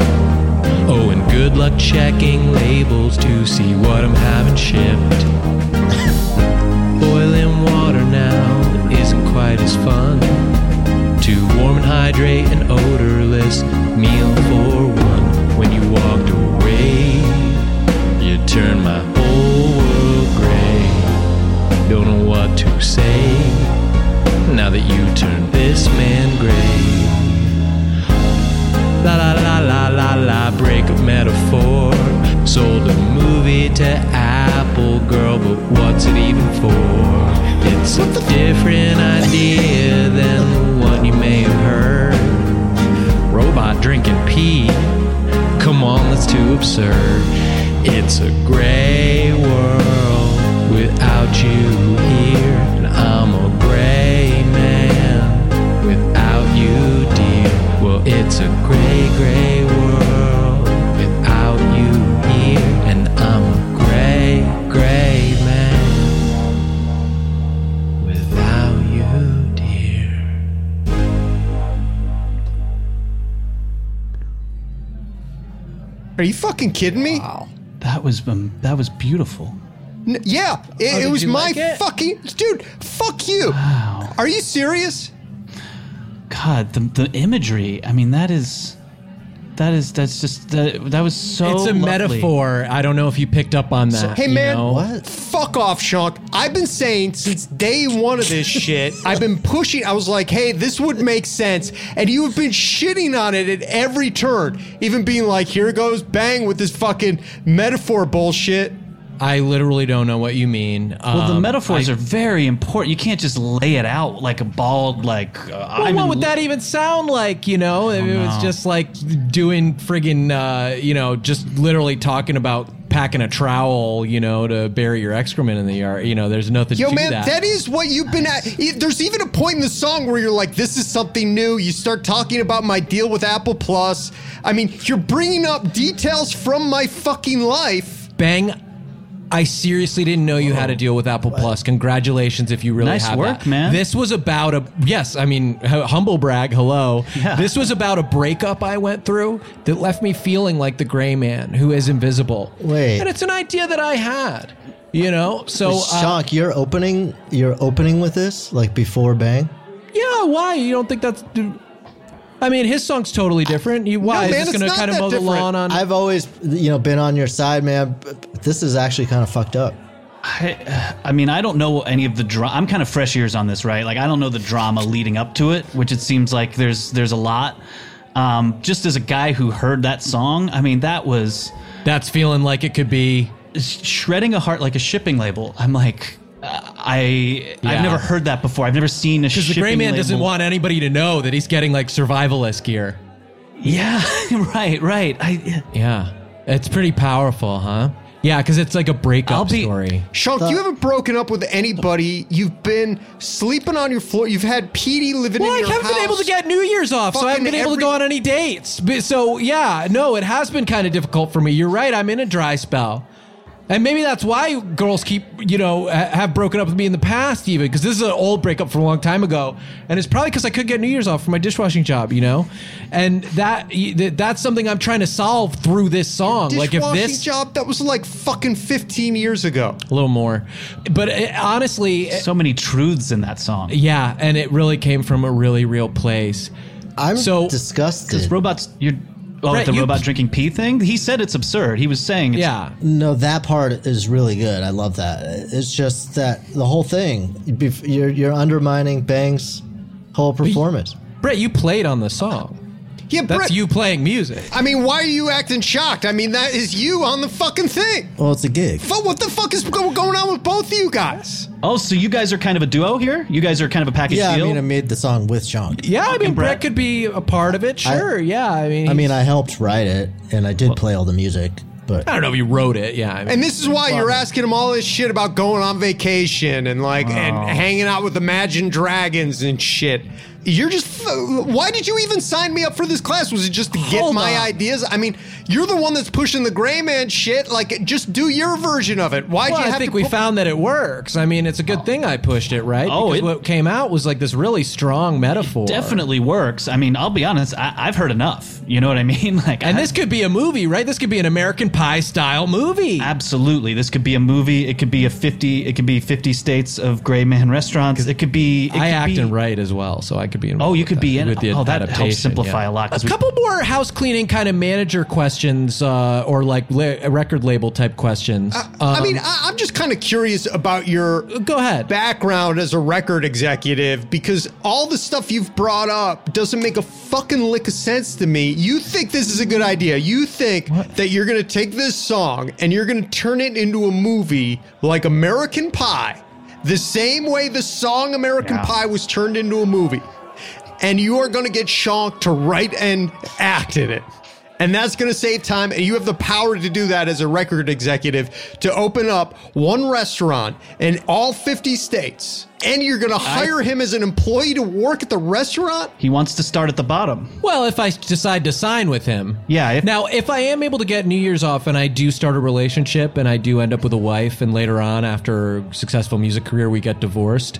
Speaker 3: Oh, and good luck checking labels to see what I'm having shipped. Boiling water now isn't quite as fun. To warm and hydrate an odorless meal for one. When you walked away, you turned my whole world gray. Don't know what to say now that you turned this man gray. La la la la la la, break of metaphor. Sold a movie to Apple Girl, but what's it even for? It's a different idea than the one you may have heard. Robot drinking pee. Come on, that's too absurd. It's a gray world without you here. And I'm a gray man without you, dear. Well, it's a gray, gray world without you here. And I'm a gray, gray man without you, dear.
Speaker 1: Are you fucking kidding me?
Speaker 4: That was um, that was beautiful.
Speaker 1: N- yeah, it, it
Speaker 3: Oh, did
Speaker 1: was
Speaker 3: you
Speaker 1: my
Speaker 3: like it?
Speaker 1: fucking dude. Fuck you. Are you serious?
Speaker 4: God, the the imagery. I mean, that is that is that's just that that was so.
Speaker 3: it's a
Speaker 4: lovely.
Speaker 3: metaphor. I don't know if you picked up on that.
Speaker 1: Oh, Hey
Speaker 3: you
Speaker 1: man,
Speaker 3: know?
Speaker 1: Fuck off, Shonk. I've been saying since day one of this shit. I've been pushing. I was like, hey, this would make sense, and you have been shitting on it at every turn. Even being like, here goes Bang with this fucking metaphor bullshit.
Speaker 5: I literally don't know what you mean. Uh,
Speaker 4: Well, the metaphors are very important. You can't just lay it out like a bald, like. Uh,
Speaker 5: Well,
Speaker 4: I'm
Speaker 5: what
Speaker 4: in
Speaker 5: would
Speaker 4: lo-
Speaker 5: that even sound like? You know, if it was
Speaker 4: know.
Speaker 5: just like doing friggin', uh, you know, just literally talking about packing a trowel, you know, to bury your excrement in the yard. You know, there's nothing
Speaker 1: Yo,
Speaker 5: to
Speaker 1: man,
Speaker 5: that.
Speaker 1: that is what you've been at. e- There's even a point in the song where you're like, this is something new. You start talking about my deal with Apple Plus. I mean, you're bringing up details from my fucking life.
Speaker 5: Bang. I seriously didn't know you had to deal with Apple Plus. Congratulations if you really
Speaker 4: Nice
Speaker 5: have
Speaker 4: work,
Speaker 5: that.
Speaker 4: man.
Speaker 5: This was about a yes. I mean, h- humble brag. Hello.
Speaker 4: Yeah.
Speaker 5: This was about a breakup I went through that left me feeling like the gray man who is invisible.
Speaker 2: Wait.
Speaker 5: and it's an idea that I had. You know, so uh,
Speaker 2: Shock, you're opening you're opening with this like before Bang.
Speaker 5: Yeah, why? You don't think that's? I mean, his song's totally different. You, why
Speaker 1: No, man,
Speaker 5: is
Speaker 1: it's
Speaker 5: this going to
Speaker 1: not
Speaker 5: kind of
Speaker 1: that
Speaker 5: mow the
Speaker 1: different.
Speaker 5: lawn
Speaker 3: Um,
Speaker 5: on?
Speaker 2: I've always you know been on your side, man. But this is actually kind of fucked up.
Speaker 4: I, I mean, I don't know any of the drama. I'm kind of fresh ears on this, right? Like, I don't know the drama leading up to it, which it seems like there's there's a lot. Um, just as a guy who heard that song, I mean, that was
Speaker 5: that's feeling like it could be.
Speaker 4: shredding a heart like a shipping label. I'm like, uh, I
Speaker 5: Yeah.
Speaker 4: I've never heard that before. I've never seen a
Speaker 5: Because
Speaker 4: shipping
Speaker 5: the gray man doesn't
Speaker 4: label.
Speaker 5: want anybody to know that he's getting like survivalist gear.
Speaker 4: Yeah, right, right. I
Speaker 5: Yeah, it's pretty powerful, huh? Yeah, because it's like a breakup
Speaker 4: I'll be-
Speaker 5: story.
Speaker 1: Shunk, you haven't broken up with anybody. You've been sleeping on your floor. You've had PD living
Speaker 5: Well,
Speaker 1: in
Speaker 5: I
Speaker 1: your house.
Speaker 5: haven't been able to get New Year's off, so I haven't
Speaker 1: Fucking
Speaker 5: been able
Speaker 1: every-
Speaker 5: to go on any dates. But- So yeah, no, it has been kind of difficult for me. You're right. I'm in a dry spell, and maybe that's why girls keep you know ha- have broken up with me in the past, even because this is an old breakup from a long time ago, and it's probably because I could get New Year's off for my dishwashing job, you know, and that y- th- that's something I'm trying to solve through this song. Like if
Speaker 1: Dishwashing
Speaker 5: this
Speaker 1: job that was like fucking 15 years ago.
Speaker 5: a little more, but it, honestly. eh,
Speaker 4: so many truths in that song.
Speaker 5: yeah, and it really came from a really real place.
Speaker 2: I'm
Speaker 5: So-
Speaker 2: disgusted.
Speaker 4: Robots, you're oh
Speaker 5: Brett,
Speaker 4: the
Speaker 5: you-
Speaker 4: robot drinking pee thing. He said it's absurd. He was saying it's,
Speaker 5: Yeah.
Speaker 2: no, that part is really good. I love that. It's just that the whole thing bef- you're you're undermining Bang's whole performance.
Speaker 5: Brett, you played on the song.
Speaker 1: Yeah,
Speaker 5: That's
Speaker 1: Brett.
Speaker 5: you playing music.
Speaker 1: I mean, why are you acting shocked? I mean, that is you on the fucking thing.
Speaker 2: Well, it's a gig.
Speaker 1: But what the fuck is go- going on with both of you guys?
Speaker 4: Oh, so you guys are kind of a duo here? You guys are kind of a package
Speaker 2: Yeah, I
Speaker 4: deal?
Speaker 2: mean, I made the song with Sean.
Speaker 5: Yeah, I mean,
Speaker 4: And
Speaker 5: Brett
Speaker 4: Brett-
Speaker 5: could be a part of it. Sure. yeah, I mean,
Speaker 2: I mean, I helped write it, and I did play all the music, but
Speaker 5: I don't know if you wrote it. Yeah. I mean,
Speaker 1: And this is why you're asking him all this shit about going on vacation and like
Speaker 5: Oh.
Speaker 1: and hanging out with Imagine Dragons and shit. You're just. Why did you even sign me up for this class? Was it just to get
Speaker 5: Hold
Speaker 1: my
Speaker 5: on.
Speaker 1: ideas? I mean, you're the one that's pushing the gray man shit. Like, just do your version of it. Why'd
Speaker 5: well,
Speaker 1: you have
Speaker 5: I think
Speaker 1: to
Speaker 5: we
Speaker 1: put-
Speaker 5: found that it works. I mean, it's a good thing I pushed it, right?
Speaker 4: Oh,
Speaker 5: because
Speaker 4: it-
Speaker 5: what came out was like this really strong metaphor.
Speaker 4: Definitely works. I mean, I'll be honest, I, I've heard enough. You know what I mean? Like,
Speaker 5: And
Speaker 4: I-
Speaker 5: this could be a movie, right? This could be an American Pie style movie.
Speaker 4: absolutely, this could be a movie. It could be a fifty. It could be fifty states of Gray Man restaurants. It could be. It
Speaker 5: I
Speaker 4: could
Speaker 5: act
Speaker 4: be,
Speaker 5: and write as well, so I could be involved.
Speaker 4: Oh, you
Speaker 5: with
Speaker 4: could
Speaker 5: that,
Speaker 4: be in.
Speaker 5: with the
Speaker 4: oh, that
Speaker 5: adaptation,
Speaker 4: helps simplify
Speaker 5: yeah.
Speaker 4: a lot. 'cause
Speaker 5: A
Speaker 4: we-
Speaker 5: couple more house cleaning kind of manager questions, uh, or like la- record label type questions.
Speaker 4: Uh,
Speaker 5: Um,
Speaker 1: I mean, I, I'm just kind of curious about your
Speaker 5: Go ahead.
Speaker 1: background as a record executive because all the stuff you've brought up doesn't make a fucking lick of sense to me. You think this is a good idea. You think that you're going to take this song and you're going to turn it into a movie like American Pie, the same way the song American
Speaker 4: Yeah.
Speaker 1: Pie was turned into a movie. And you are going to get Shonk to write and act in it. And that's going to save time. And you have the power to do that as a record executive to open up one restaurant in all 50 states. And you're going to hire him as an employee to work at the restaurant?
Speaker 4: he wants to start at the bottom.
Speaker 5: Well, if I decide to sign with him.
Speaker 4: Yeah, if-
Speaker 5: now, if I am able to get New Year's off and I do start a relationship and I do end up with a wife and later on after a successful music career we get divorced,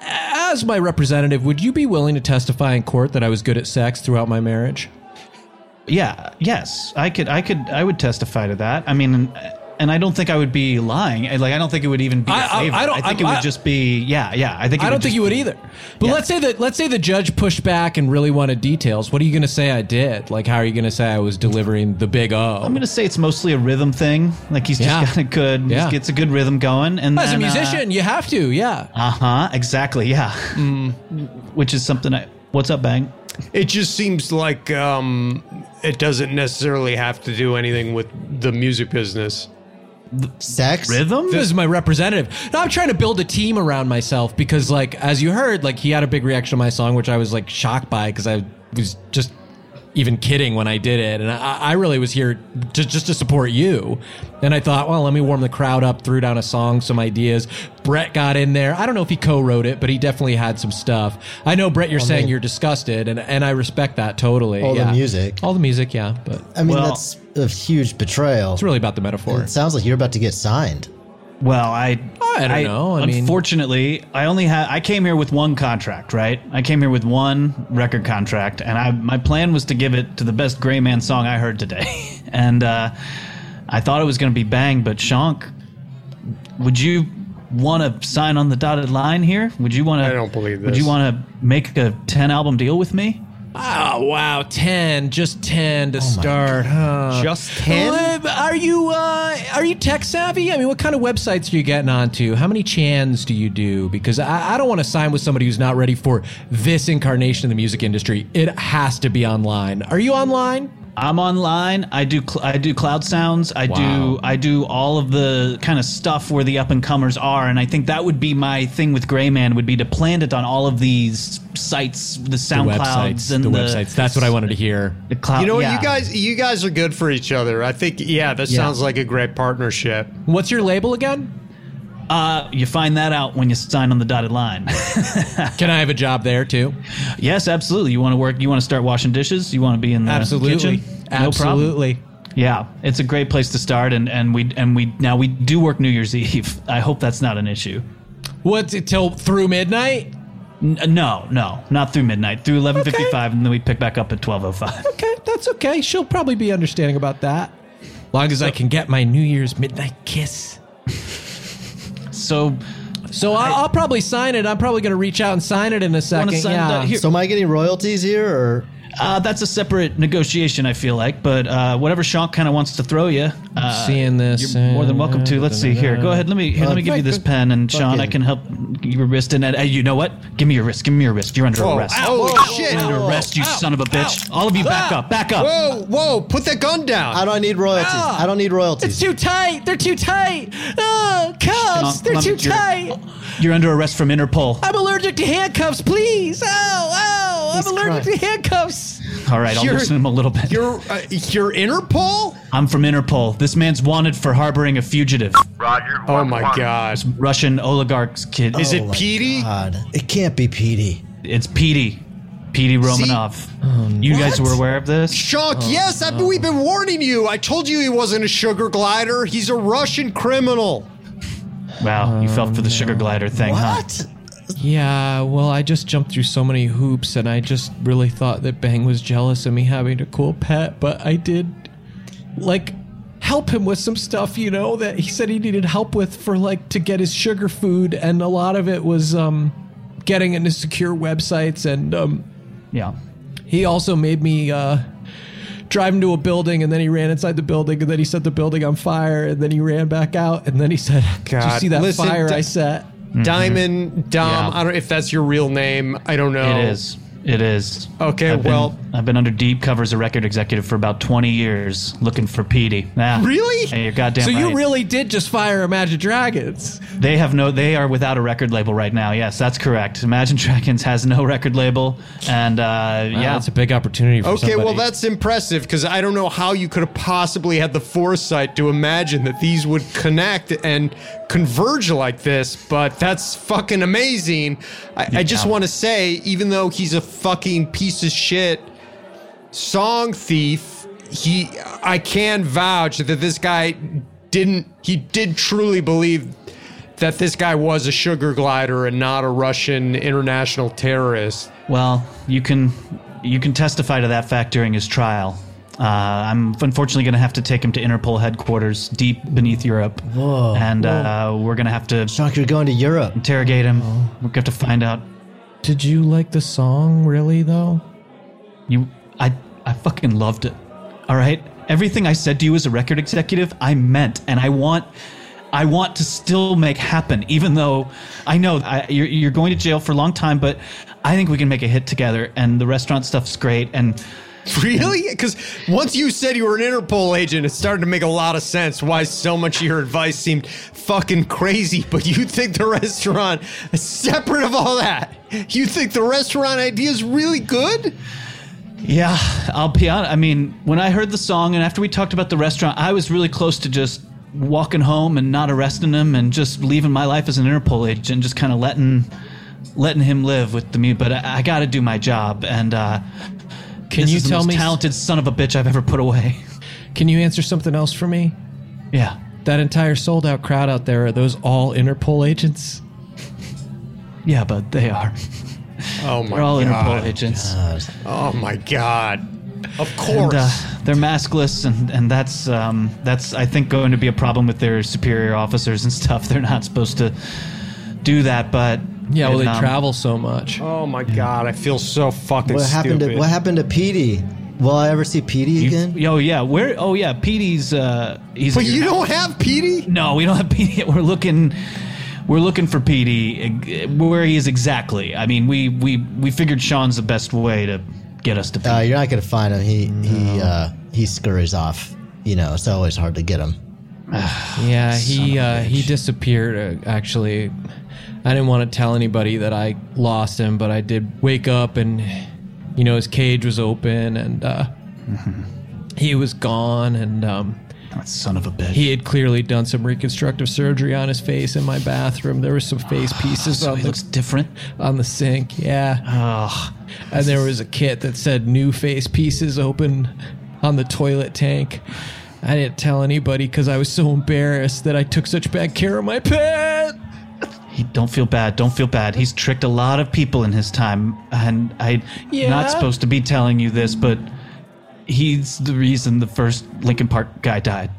Speaker 5: as my representative, would you be willing to testify in court that I was good at sex throughout my marriage?
Speaker 4: Yeah. Yes, I could. I could. I would testify to that. I mean, and I don't think I would be lying. I- Like, I don't think it would even be. a
Speaker 5: I- I-
Speaker 4: favor.
Speaker 5: I don't-
Speaker 4: I think
Speaker 5: I-
Speaker 4: it would
Speaker 5: I-
Speaker 4: just be. Yeah. Yeah. I think. It
Speaker 5: I don't
Speaker 4: would
Speaker 5: think
Speaker 4: just
Speaker 5: you would
Speaker 4: be-
Speaker 5: either. But
Speaker 4: Yeah.
Speaker 5: let's say that let's say the judge pushed back and really wanted details. What are you going to say I did? Like how are you going to say I was delivering the big O?
Speaker 4: I'm gonna say it's mostly a rhythm thing. Like he's just
Speaker 5: Yeah.
Speaker 4: got a good, he
Speaker 5: Yeah.
Speaker 4: just gets a good rhythm going, and
Speaker 5: as a
Speaker 4: then,
Speaker 5: musician, you have to, yeah.
Speaker 4: Uh huh. Exactly. Yeah.
Speaker 5: Mm.
Speaker 4: Which is something. I What's up, Bang?
Speaker 1: It just seems like um, it doesn't necessarily have to do anything with the music business.
Speaker 2: Sex?
Speaker 4: Rhythm?
Speaker 5: This is my representative. Now I'm trying to build a team around myself because, like, as you heard, like he had a big reaction to my song, which I was like shocked by because I was just even kidding when I did it, and I, I really was here to, just to support you. And I thought, well, let me warm the crowd up, threw down a song, some ideas. Brett got in there. I don't know if he co-wrote it, but he definitely had some stuff. I know Brett, you're saying
Speaker 2: man.
Speaker 5: you're disgusted, and and I respect that totally.
Speaker 2: All the
Speaker 5: yeah.
Speaker 2: music.
Speaker 5: all the music, yeah. But
Speaker 2: I mean,
Speaker 4: Well-
Speaker 2: that's a huge betrayal.
Speaker 5: it's really about the metaphor.
Speaker 2: it sounds like you're about to get signed.
Speaker 4: Well, I
Speaker 5: I don't know. I mean-
Speaker 4: unfortunately, I only had I came here with one contract, right? I came here with one record contract, and I my plan was to give it to the best Gray Man song I heard today, and uh, I thought it was going to be Bang, but Shonk, would you want to sign on the dotted line here? Would you want to?
Speaker 1: I don't believe
Speaker 4: Would
Speaker 1: this.
Speaker 4: you want to make a ten album deal with me?
Speaker 5: Oh wow, ten, just ten to start, huh?
Speaker 1: Just 10?
Speaker 5: Uh, Are you uh, are you tech savvy? I mean, what kind of websites are you getting onto? How many chans do you do? Because I, I don't want to sign with somebody who's not ready for this incarnation of the music industry. It has to be online. Are you online?
Speaker 4: I'm online. I do cl- I do cloud sounds. I
Speaker 5: Wow.
Speaker 4: do I do all of the kind of stuff where the up and comers are, and I think that would be my thing with Grayman would be to plant it on all of these sites, the SoundClouds
Speaker 5: websites,
Speaker 4: and
Speaker 5: the, websites. That's what I wanted to hear.
Speaker 4: the cloud.
Speaker 1: You know what?
Speaker 4: yeah.
Speaker 1: You guys, you guys are good for each other. I think. Yeah, that
Speaker 5: Yeah.
Speaker 1: sounds like a great partnership.
Speaker 5: What's your label again?
Speaker 4: uh, you find that out when you sign on the dotted line.
Speaker 5: Can I have a job there too?
Speaker 4: Uh, yes, absolutely. You want to work? You want to start washing dishes? You want to be in the
Speaker 5: Absolutely,
Speaker 4: kitchen? No problem.
Speaker 5: absolutely.
Speaker 4: Yeah, it's a great place to start, and and we and we now we do work New Year's Eve. I hope that's not an issue.
Speaker 5: What's it till through midnight?
Speaker 4: N- No, no, not through midnight. Through eleven fifty five, and then we pick back up at twelve oh five.
Speaker 5: Okay, that's okay. She'll probably be understanding about that. Long as I can get my New Year's midnight kiss.
Speaker 4: So,
Speaker 5: So I, I'll probably sign it. I'm probably going to reach out and sign it in a second.
Speaker 4: sign it
Speaker 5: yeah.
Speaker 4: out here?
Speaker 2: So am I getting royalties here, or
Speaker 4: uh, that's a separate negotiation, I feel like. But uh, whatever Shank kind of wants to throw you, uh,
Speaker 5: Seeing this,
Speaker 4: you're more than welcome to. Let's see here. Go ahead. Let me here, let me give you this pen, and Sean, I
Speaker 2: fucking-
Speaker 4: can help your wrist. And uh, you know what? Give me your wrist. Give me your wrist. You're under
Speaker 1: Oh,
Speaker 4: arrest.
Speaker 1: ow,
Speaker 4: You're
Speaker 1: oh, shit.
Speaker 4: under
Speaker 1: Ow,
Speaker 4: arrest, you
Speaker 5: ow,
Speaker 4: son of a bitch! All of you, back
Speaker 5: Ah.
Speaker 4: up. Back up.
Speaker 1: Whoa, whoa! Put that gun down.
Speaker 2: I don't need royalties?
Speaker 5: Ah!
Speaker 2: I don't need
Speaker 5: It's
Speaker 2: royalties.
Speaker 5: too tight. They're too tight. Oh, cuffs.
Speaker 4: Sean,
Speaker 5: They're
Speaker 4: Clement,
Speaker 5: too
Speaker 4: you're,
Speaker 5: tight.
Speaker 4: You're under arrest from Interpol.
Speaker 5: I'm allergic to handcuffs, please. Oh, oh, I'm
Speaker 2: Jesus
Speaker 5: allergic
Speaker 2: Christ.
Speaker 5: to handcuffs.
Speaker 4: All right, I'll
Speaker 1: You're-
Speaker 4: loosen him a little bit.
Speaker 1: You're uh, you're Interpol.
Speaker 4: I'm from Interpol. This man's wanted for harboring a fugitive.
Speaker 6: Roger.
Speaker 1: Oh
Speaker 6: one,
Speaker 1: my
Speaker 6: one.
Speaker 1: god!
Speaker 4: Russian oligarch's kid.
Speaker 1: Is
Speaker 2: Oh
Speaker 1: it
Speaker 2: my
Speaker 1: Petey?
Speaker 2: God. It can't be Petey.
Speaker 4: It's Petey. Petey Romanov. you guys
Speaker 1: What?
Speaker 4: were aware of this?
Speaker 1: Shock, yes, I've, we've been warning you. I told you he wasn't a sugar glider. He's a Russian criminal.
Speaker 4: Wow, you fell for the sugar glider thing, huh?
Speaker 2: What?
Speaker 5: Yeah, well, I just jumped through so many hoops, and I just really thought that Bang was jealous of me having a cool pet, but I did, like, help him with some stuff, you know, that he said he needed help with for, like, to get his sugar food, and a lot of it was, um, getting into secure websites, and, um,
Speaker 4: Yeah.
Speaker 5: he also made me, uh, drive him to a building, and then he ran inside the building, and then he set the building on fire, and then he ran back out, and then he said, Did you
Speaker 1: God,
Speaker 5: see that
Speaker 1: listen,
Speaker 5: fire
Speaker 1: d-
Speaker 5: I set?
Speaker 1: Diamond Dom.
Speaker 5: Yeah.
Speaker 1: I don't if that's your real name. I don't know.
Speaker 4: It is. It is.
Speaker 1: Oh. Okay,
Speaker 4: I've been-
Speaker 1: well-
Speaker 4: I've been under deep cover as a record executive for about 20 years looking for Petey. Nah.
Speaker 1: Really?
Speaker 4: Hey, you're goddamn
Speaker 5: So you
Speaker 4: right.
Speaker 5: really did just fire Imagine Dragons.
Speaker 4: They have no. They are without a record label right now. Yes, that's correct. Imagine Dragons has no record label, and uh, yeah,
Speaker 5: it's a big opportunity for
Speaker 1: Okay, well
Speaker 5: somebody.
Speaker 1: that's impressive because I don't know how you could have possibly had the foresight to imagine that these would connect and converge like this, but that's fucking amazing. I, I just
Speaker 4: Yeah.
Speaker 1: want to say, even though he's a fucking piece of shit song thief, he I can vouch that this guy didn't he did truly believe that this guy was a sugar glider and not a Russian international terrorist.
Speaker 4: Well, you can you can testify to that fact during his trial. Uh, I'm unfortunately going to have to take him to Interpol headquarters, deep beneath Europe,
Speaker 2: Whoa,
Speaker 4: and Uh, we're going to have to
Speaker 2: Chunk, you're going to Europe.
Speaker 4: interrogate him.
Speaker 2: Oh.
Speaker 4: We're going to have to find out.
Speaker 5: did you like the song really though?
Speaker 4: You, I, I fucking loved it. All right, everything I said to you as a record executive, I meant, and I want. I want to still make happen, even though I know I, you're, you're going to jail for a long time. But I think we can make a hit together, and the restaurant stuff's great. And
Speaker 1: Really? Because once you said you were an Interpol agent, it started to make a lot of sense why so much of your advice seemed fucking crazy. But you think the restaurant, separate of all that, you think the restaurant idea is really good?
Speaker 4: Yeah, I'll be honest. I mean, when I heard the song and after we talked about the restaurant, I was really close to just walking home and not arresting him and just leaving my life as an Interpol agent, and just kind of letting letting him live with the me. But I, I got to do my job, and uh,
Speaker 5: Can
Speaker 4: this
Speaker 5: you
Speaker 4: is the
Speaker 5: tell
Speaker 4: most
Speaker 5: me-
Speaker 4: talented son of a bitch I've ever put away?
Speaker 5: Can you answer something else for me?
Speaker 4: yeah,
Speaker 5: That entire sold out crowd out there, are those all Interpol agents?
Speaker 4: yeah, but they are.
Speaker 1: Oh my
Speaker 4: They're all
Speaker 1: god!
Speaker 4: Interpol agents.
Speaker 1: Oh my god! Of
Speaker 4: And,
Speaker 1: course.
Speaker 4: uh, they're maskless, and, and that's um, that's I think going to be a problem with their superior officers and stuff. They're not supposed to do that, but
Speaker 5: Yeah, well,
Speaker 4: and,
Speaker 5: they
Speaker 4: um,
Speaker 5: travel so much.
Speaker 1: oh my god! I feel so fucking
Speaker 2: What happened
Speaker 1: stupid.
Speaker 2: to What happened to Petey? Will I ever see Petey again?
Speaker 4: Oh yeah, where? Oh yeah, Petey's. Uh, he's.
Speaker 1: but you don't have Petey.
Speaker 4: No, we don't have Petey. We're looking. We're looking for Petey uh, where he is exactly. I mean, we we we figured Sean's the best way to get us to Petey.
Speaker 2: Uh, you're not gonna find him. He he uh, he scurries off. You know, it's always hard to get him.
Speaker 5: Yeah, he uh, he disappeared. Uh, actually, I didn't want to tell anybody that I lost him, but I did wake up and you know his cage was open and uh, he was gone and um,
Speaker 4: That son of a bitch.
Speaker 5: he had clearly done some reconstructive surgery on his face in my bathroom. There were some face pieces
Speaker 4: Ah, so
Speaker 5: on
Speaker 4: he
Speaker 5: the
Speaker 4: looks Ah, different.
Speaker 5: on the sink. Yeah,
Speaker 4: Ugh.
Speaker 5: and there was a kit that said new face pieces open on the toilet tank. I didn't tell anybody because I was so embarrassed that I took such bad care of my pet.
Speaker 4: He, don't feel bad. Don't feel bad. He's tricked a lot of people in his time, and I'm
Speaker 5: Yeah?
Speaker 4: not supposed to be telling you this, but he's the reason the first Lincoln Park guy died.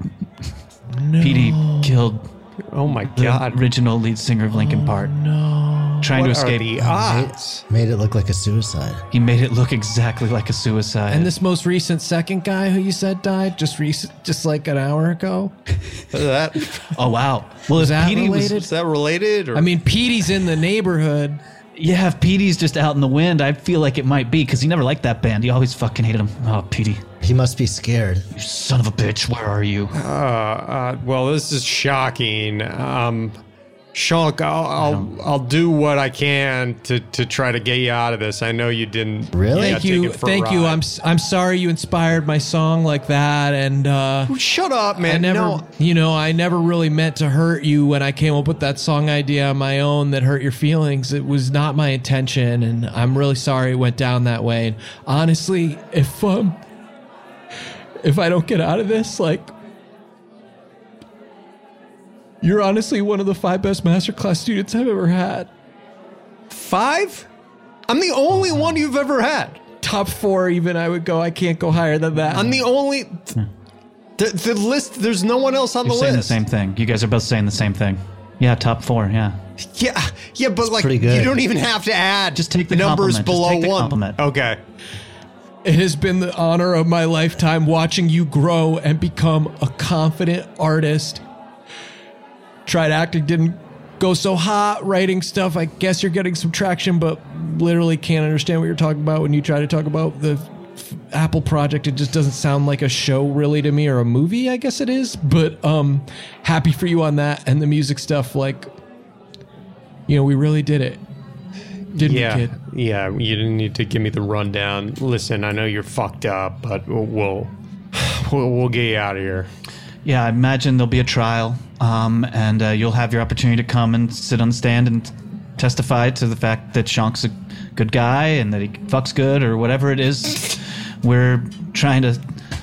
Speaker 4: No. Petey killed
Speaker 1: Oh my
Speaker 4: the
Speaker 1: god!
Speaker 4: original lead singer of Lincoln Park. Oh, No. Trying
Speaker 1: What
Speaker 4: to
Speaker 1: are
Speaker 4: escape.
Speaker 1: the odds?
Speaker 2: Made it look like a suicide.
Speaker 4: He made it look exactly like a suicide.
Speaker 5: And this most recent second guy who you said died just recent, just like an hour ago.
Speaker 1: Is that
Speaker 4: oh wow. Well,
Speaker 5: Is
Speaker 4: if
Speaker 5: that
Speaker 4: Petey was,
Speaker 5: related?
Speaker 1: is that related? Or?
Speaker 5: I mean, Petey's in the neighborhood.
Speaker 4: yeah, if Petey's just out in the wind, I feel like it might be because he never liked that band. He always fucking hated them. Oh, Petey,
Speaker 2: He must be scared.
Speaker 4: you son of a bitch, where are you?
Speaker 1: Uh, well, this is shocking. Um, Shunk, I'll, I'll I'll do what I can to to try to get you out of this. I know you didn't.
Speaker 2: Really?
Speaker 1: Yeah,
Speaker 5: Thank
Speaker 1: take
Speaker 5: you,
Speaker 1: it for a
Speaker 5: thank you.
Speaker 1: ride.
Speaker 5: I'm s- I'm sorry you inspired my song like that, and uh,
Speaker 1: Shut up, man.
Speaker 5: I never,
Speaker 1: no.
Speaker 5: you know, I never really meant to hurt you when I came up with that song idea on my own that hurt your feelings. It was not my intention, and I'm really sorry it went down that way. And honestly, if um, if I don't get out of this, like, you're honestly one of the five best masterclass students I've ever had.
Speaker 1: Five? I'm the only one you've ever had.
Speaker 5: Top four, even I would go. I can't go higher than that.
Speaker 1: I'm the only. th- The, the list. There's no one else on
Speaker 4: You're
Speaker 1: the
Speaker 4: saying
Speaker 1: list.
Speaker 4: the same thing. You guys are both saying the same thing. Yeah, top four. Yeah.
Speaker 1: Yeah, yeah, but like
Speaker 2: pretty good.
Speaker 1: you don't even have to add.
Speaker 4: Just take the
Speaker 1: numbers
Speaker 4: compliment. Just
Speaker 1: below
Speaker 4: take the
Speaker 1: one.
Speaker 4: compliment.
Speaker 1: Okay.
Speaker 5: It has been the honor of my lifetime watching you grow and become a confident artist. Tried acting, didn't go so hot. Writing stuff, I guess you're getting some traction, but literally can't understand what you're talking about when you try to talk about the f- Apple project. It just doesn't sound like a show really to me or a movie, I guess it is. But um happy for you on that and the music stuff like you know, we really did it. Didn't
Speaker 1: Yeah,
Speaker 5: we, kid?
Speaker 1: yeah. You didn't need to give me the rundown. Listen, I know you're fucked up, but we'll we'll, we'll get you out of here.
Speaker 4: Yeah, I imagine there'll be a trial, um, and uh, you'll have your opportunity to come and sit on the stand and testify to the fact that Shonk's a good guy and that he fucks good or whatever it is. We're trying to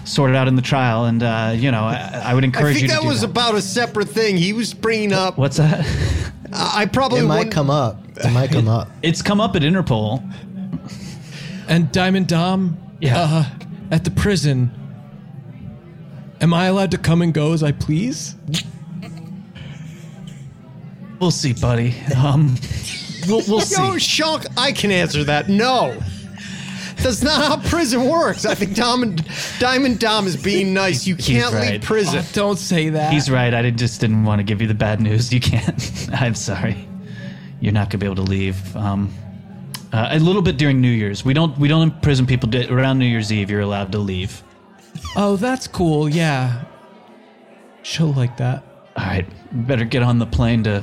Speaker 4: sort it out in the trial, and uh, you know, I, I would
Speaker 1: I
Speaker 4: encourage you
Speaker 1: think
Speaker 4: to
Speaker 1: that
Speaker 4: do
Speaker 1: was
Speaker 4: that.
Speaker 1: about a separate thing he was bringing up.
Speaker 4: What's that?
Speaker 1: I I probably
Speaker 2: It might
Speaker 1: wouldn't-
Speaker 2: come up. It might come up.
Speaker 4: It's come up at Interpol.
Speaker 5: And Diamond Dom,
Speaker 4: Yeah.
Speaker 5: uh, at the prison. Am I allowed to come and go as I please?
Speaker 4: We'll see, buddy. Um, we'll, we'll
Speaker 1: No,
Speaker 4: see.
Speaker 1: Shunk, I can answer that. No. That's not how prison works. I think Dom and, Diamond Dom is being nice. You can't leave
Speaker 4: right.
Speaker 1: prison.
Speaker 5: Oh, don't say that.
Speaker 4: He's right. I did- just didn't want to give you the bad news. You can't. I'm sorry. You're not gonna be able to leave. Um, Uh, a little bit during New Year's. We don't we don't imprison people D- around New Year's Eve. You're allowed to leave.
Speaker 5: Oh, that's cool. Yeah. She'll like that.
Speaker 4: All right, better get on the plane to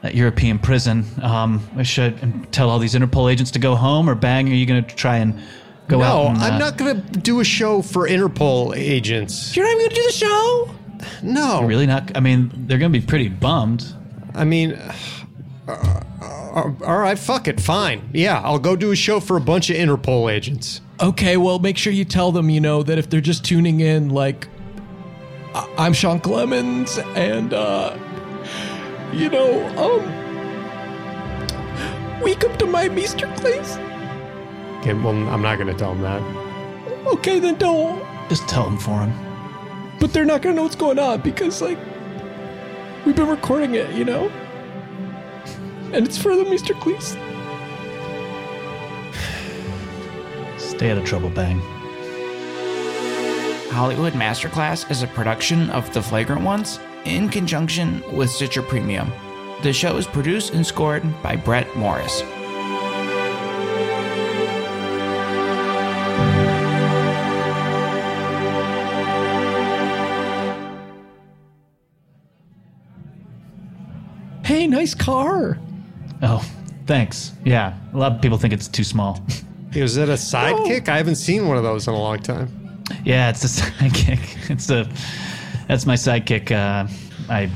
Speaker 4: that European prison. Um, I should tell all these Interpol agents to go home, or bang, are you going to try and go
Speaker 1: No,
Speaker 4: out? and, uh,
Speaker 1: I'm not going to do a show for Interpol agents.
Speaker 5: You're not even gonna do the show?
Speaker 1: No.
Speaker 4: Really not. I mean, they're going to be pretty bummed.
Speaker 1: I mean, uh, uh, all right, fuck it. Fine. Yeah, I'll go do a show for a bunch of Interpol agents.
Speaker 5: Okay, well, make sure you tell them, you know, that if they're just tuning in, like, I- I'm Sean Clemens, and, uh, you know, um, wake up to my Meester, please.
Speaker 1: Okay, well, I'm not going to tell them that.
Speaker 5: Okay, then don't.
Speaker 4: Just tell them for him.
Speaker 5: But they're not gonna know what's going on because, like, we've been recording it, you know? And it's for the Meester, please.
Speaker 4: Stay out of trouble, bang.
Speaker 7: Hollywood Masterclass is a production of The Flagrant Ones in conjunction with Stitcher Premium. The show is produced and scored by Brett Morris.
Speaker 5: Hey, nice car.
Speaker 4: Oh, thanks. Yeah, a lot of people think it's too small.
Speaker 1: Is that a sidekick? I haven't seen one of those in a long time.
Speaker 4: yeah, it's a sidekick. It's a. That's my sidekick. Uh, I,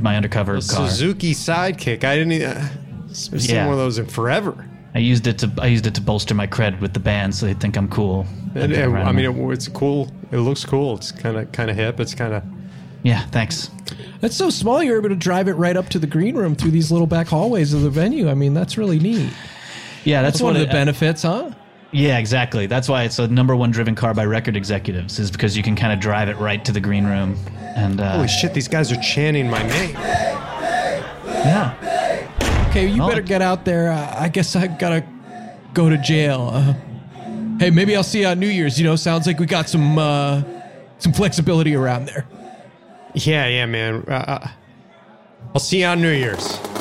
Speaker 4: my undercover car.
Speaker 1: Suzuki sidekick. I didn't. e- Uh, I've seen
Speaker 4: Yeah.
Speaker 1: one of those in forever.
Speaker 4: I used it to. I used it to bolster my cred with the band, so they think I'm cool.
Speaker 1: And, and, I
Speaker 4: Incredible.
Speaker 1: mean, it, it's cool. It looks cool. It's kind of kind of hip. It's kind of
Speaker 4: Yeah, thanks.
Speaker 5: That's so small, you're able to drive it right up to the green room through these little back hallways of the venue. I mean, that's really neat.
Speaker 4: Yeah, that's,
Speaker 5: That's one of the
Speaker 4: benefits.
Speaker 5: benefits, huh?
Speaker 4: Yeah, exactly. That's why it's a number one driven car by record executives is because you can kind of drive it right to the green room. And uh,
Speaker 1: holy shit. These guys are chanting my name.
Speaker 4: yeah,
Speaker 5: Okay, you
Speaker 4: Oh.
Speaker 5: better get out there. Uh, I guess I gotta go to jail. Uh, hey, maybe I'll see you on New Year's. You know, sounds like we got some uh, some flexibility around there.
Speaker 1: Yeah, yeah, man. Uh, uh, I'll see you on New Year's.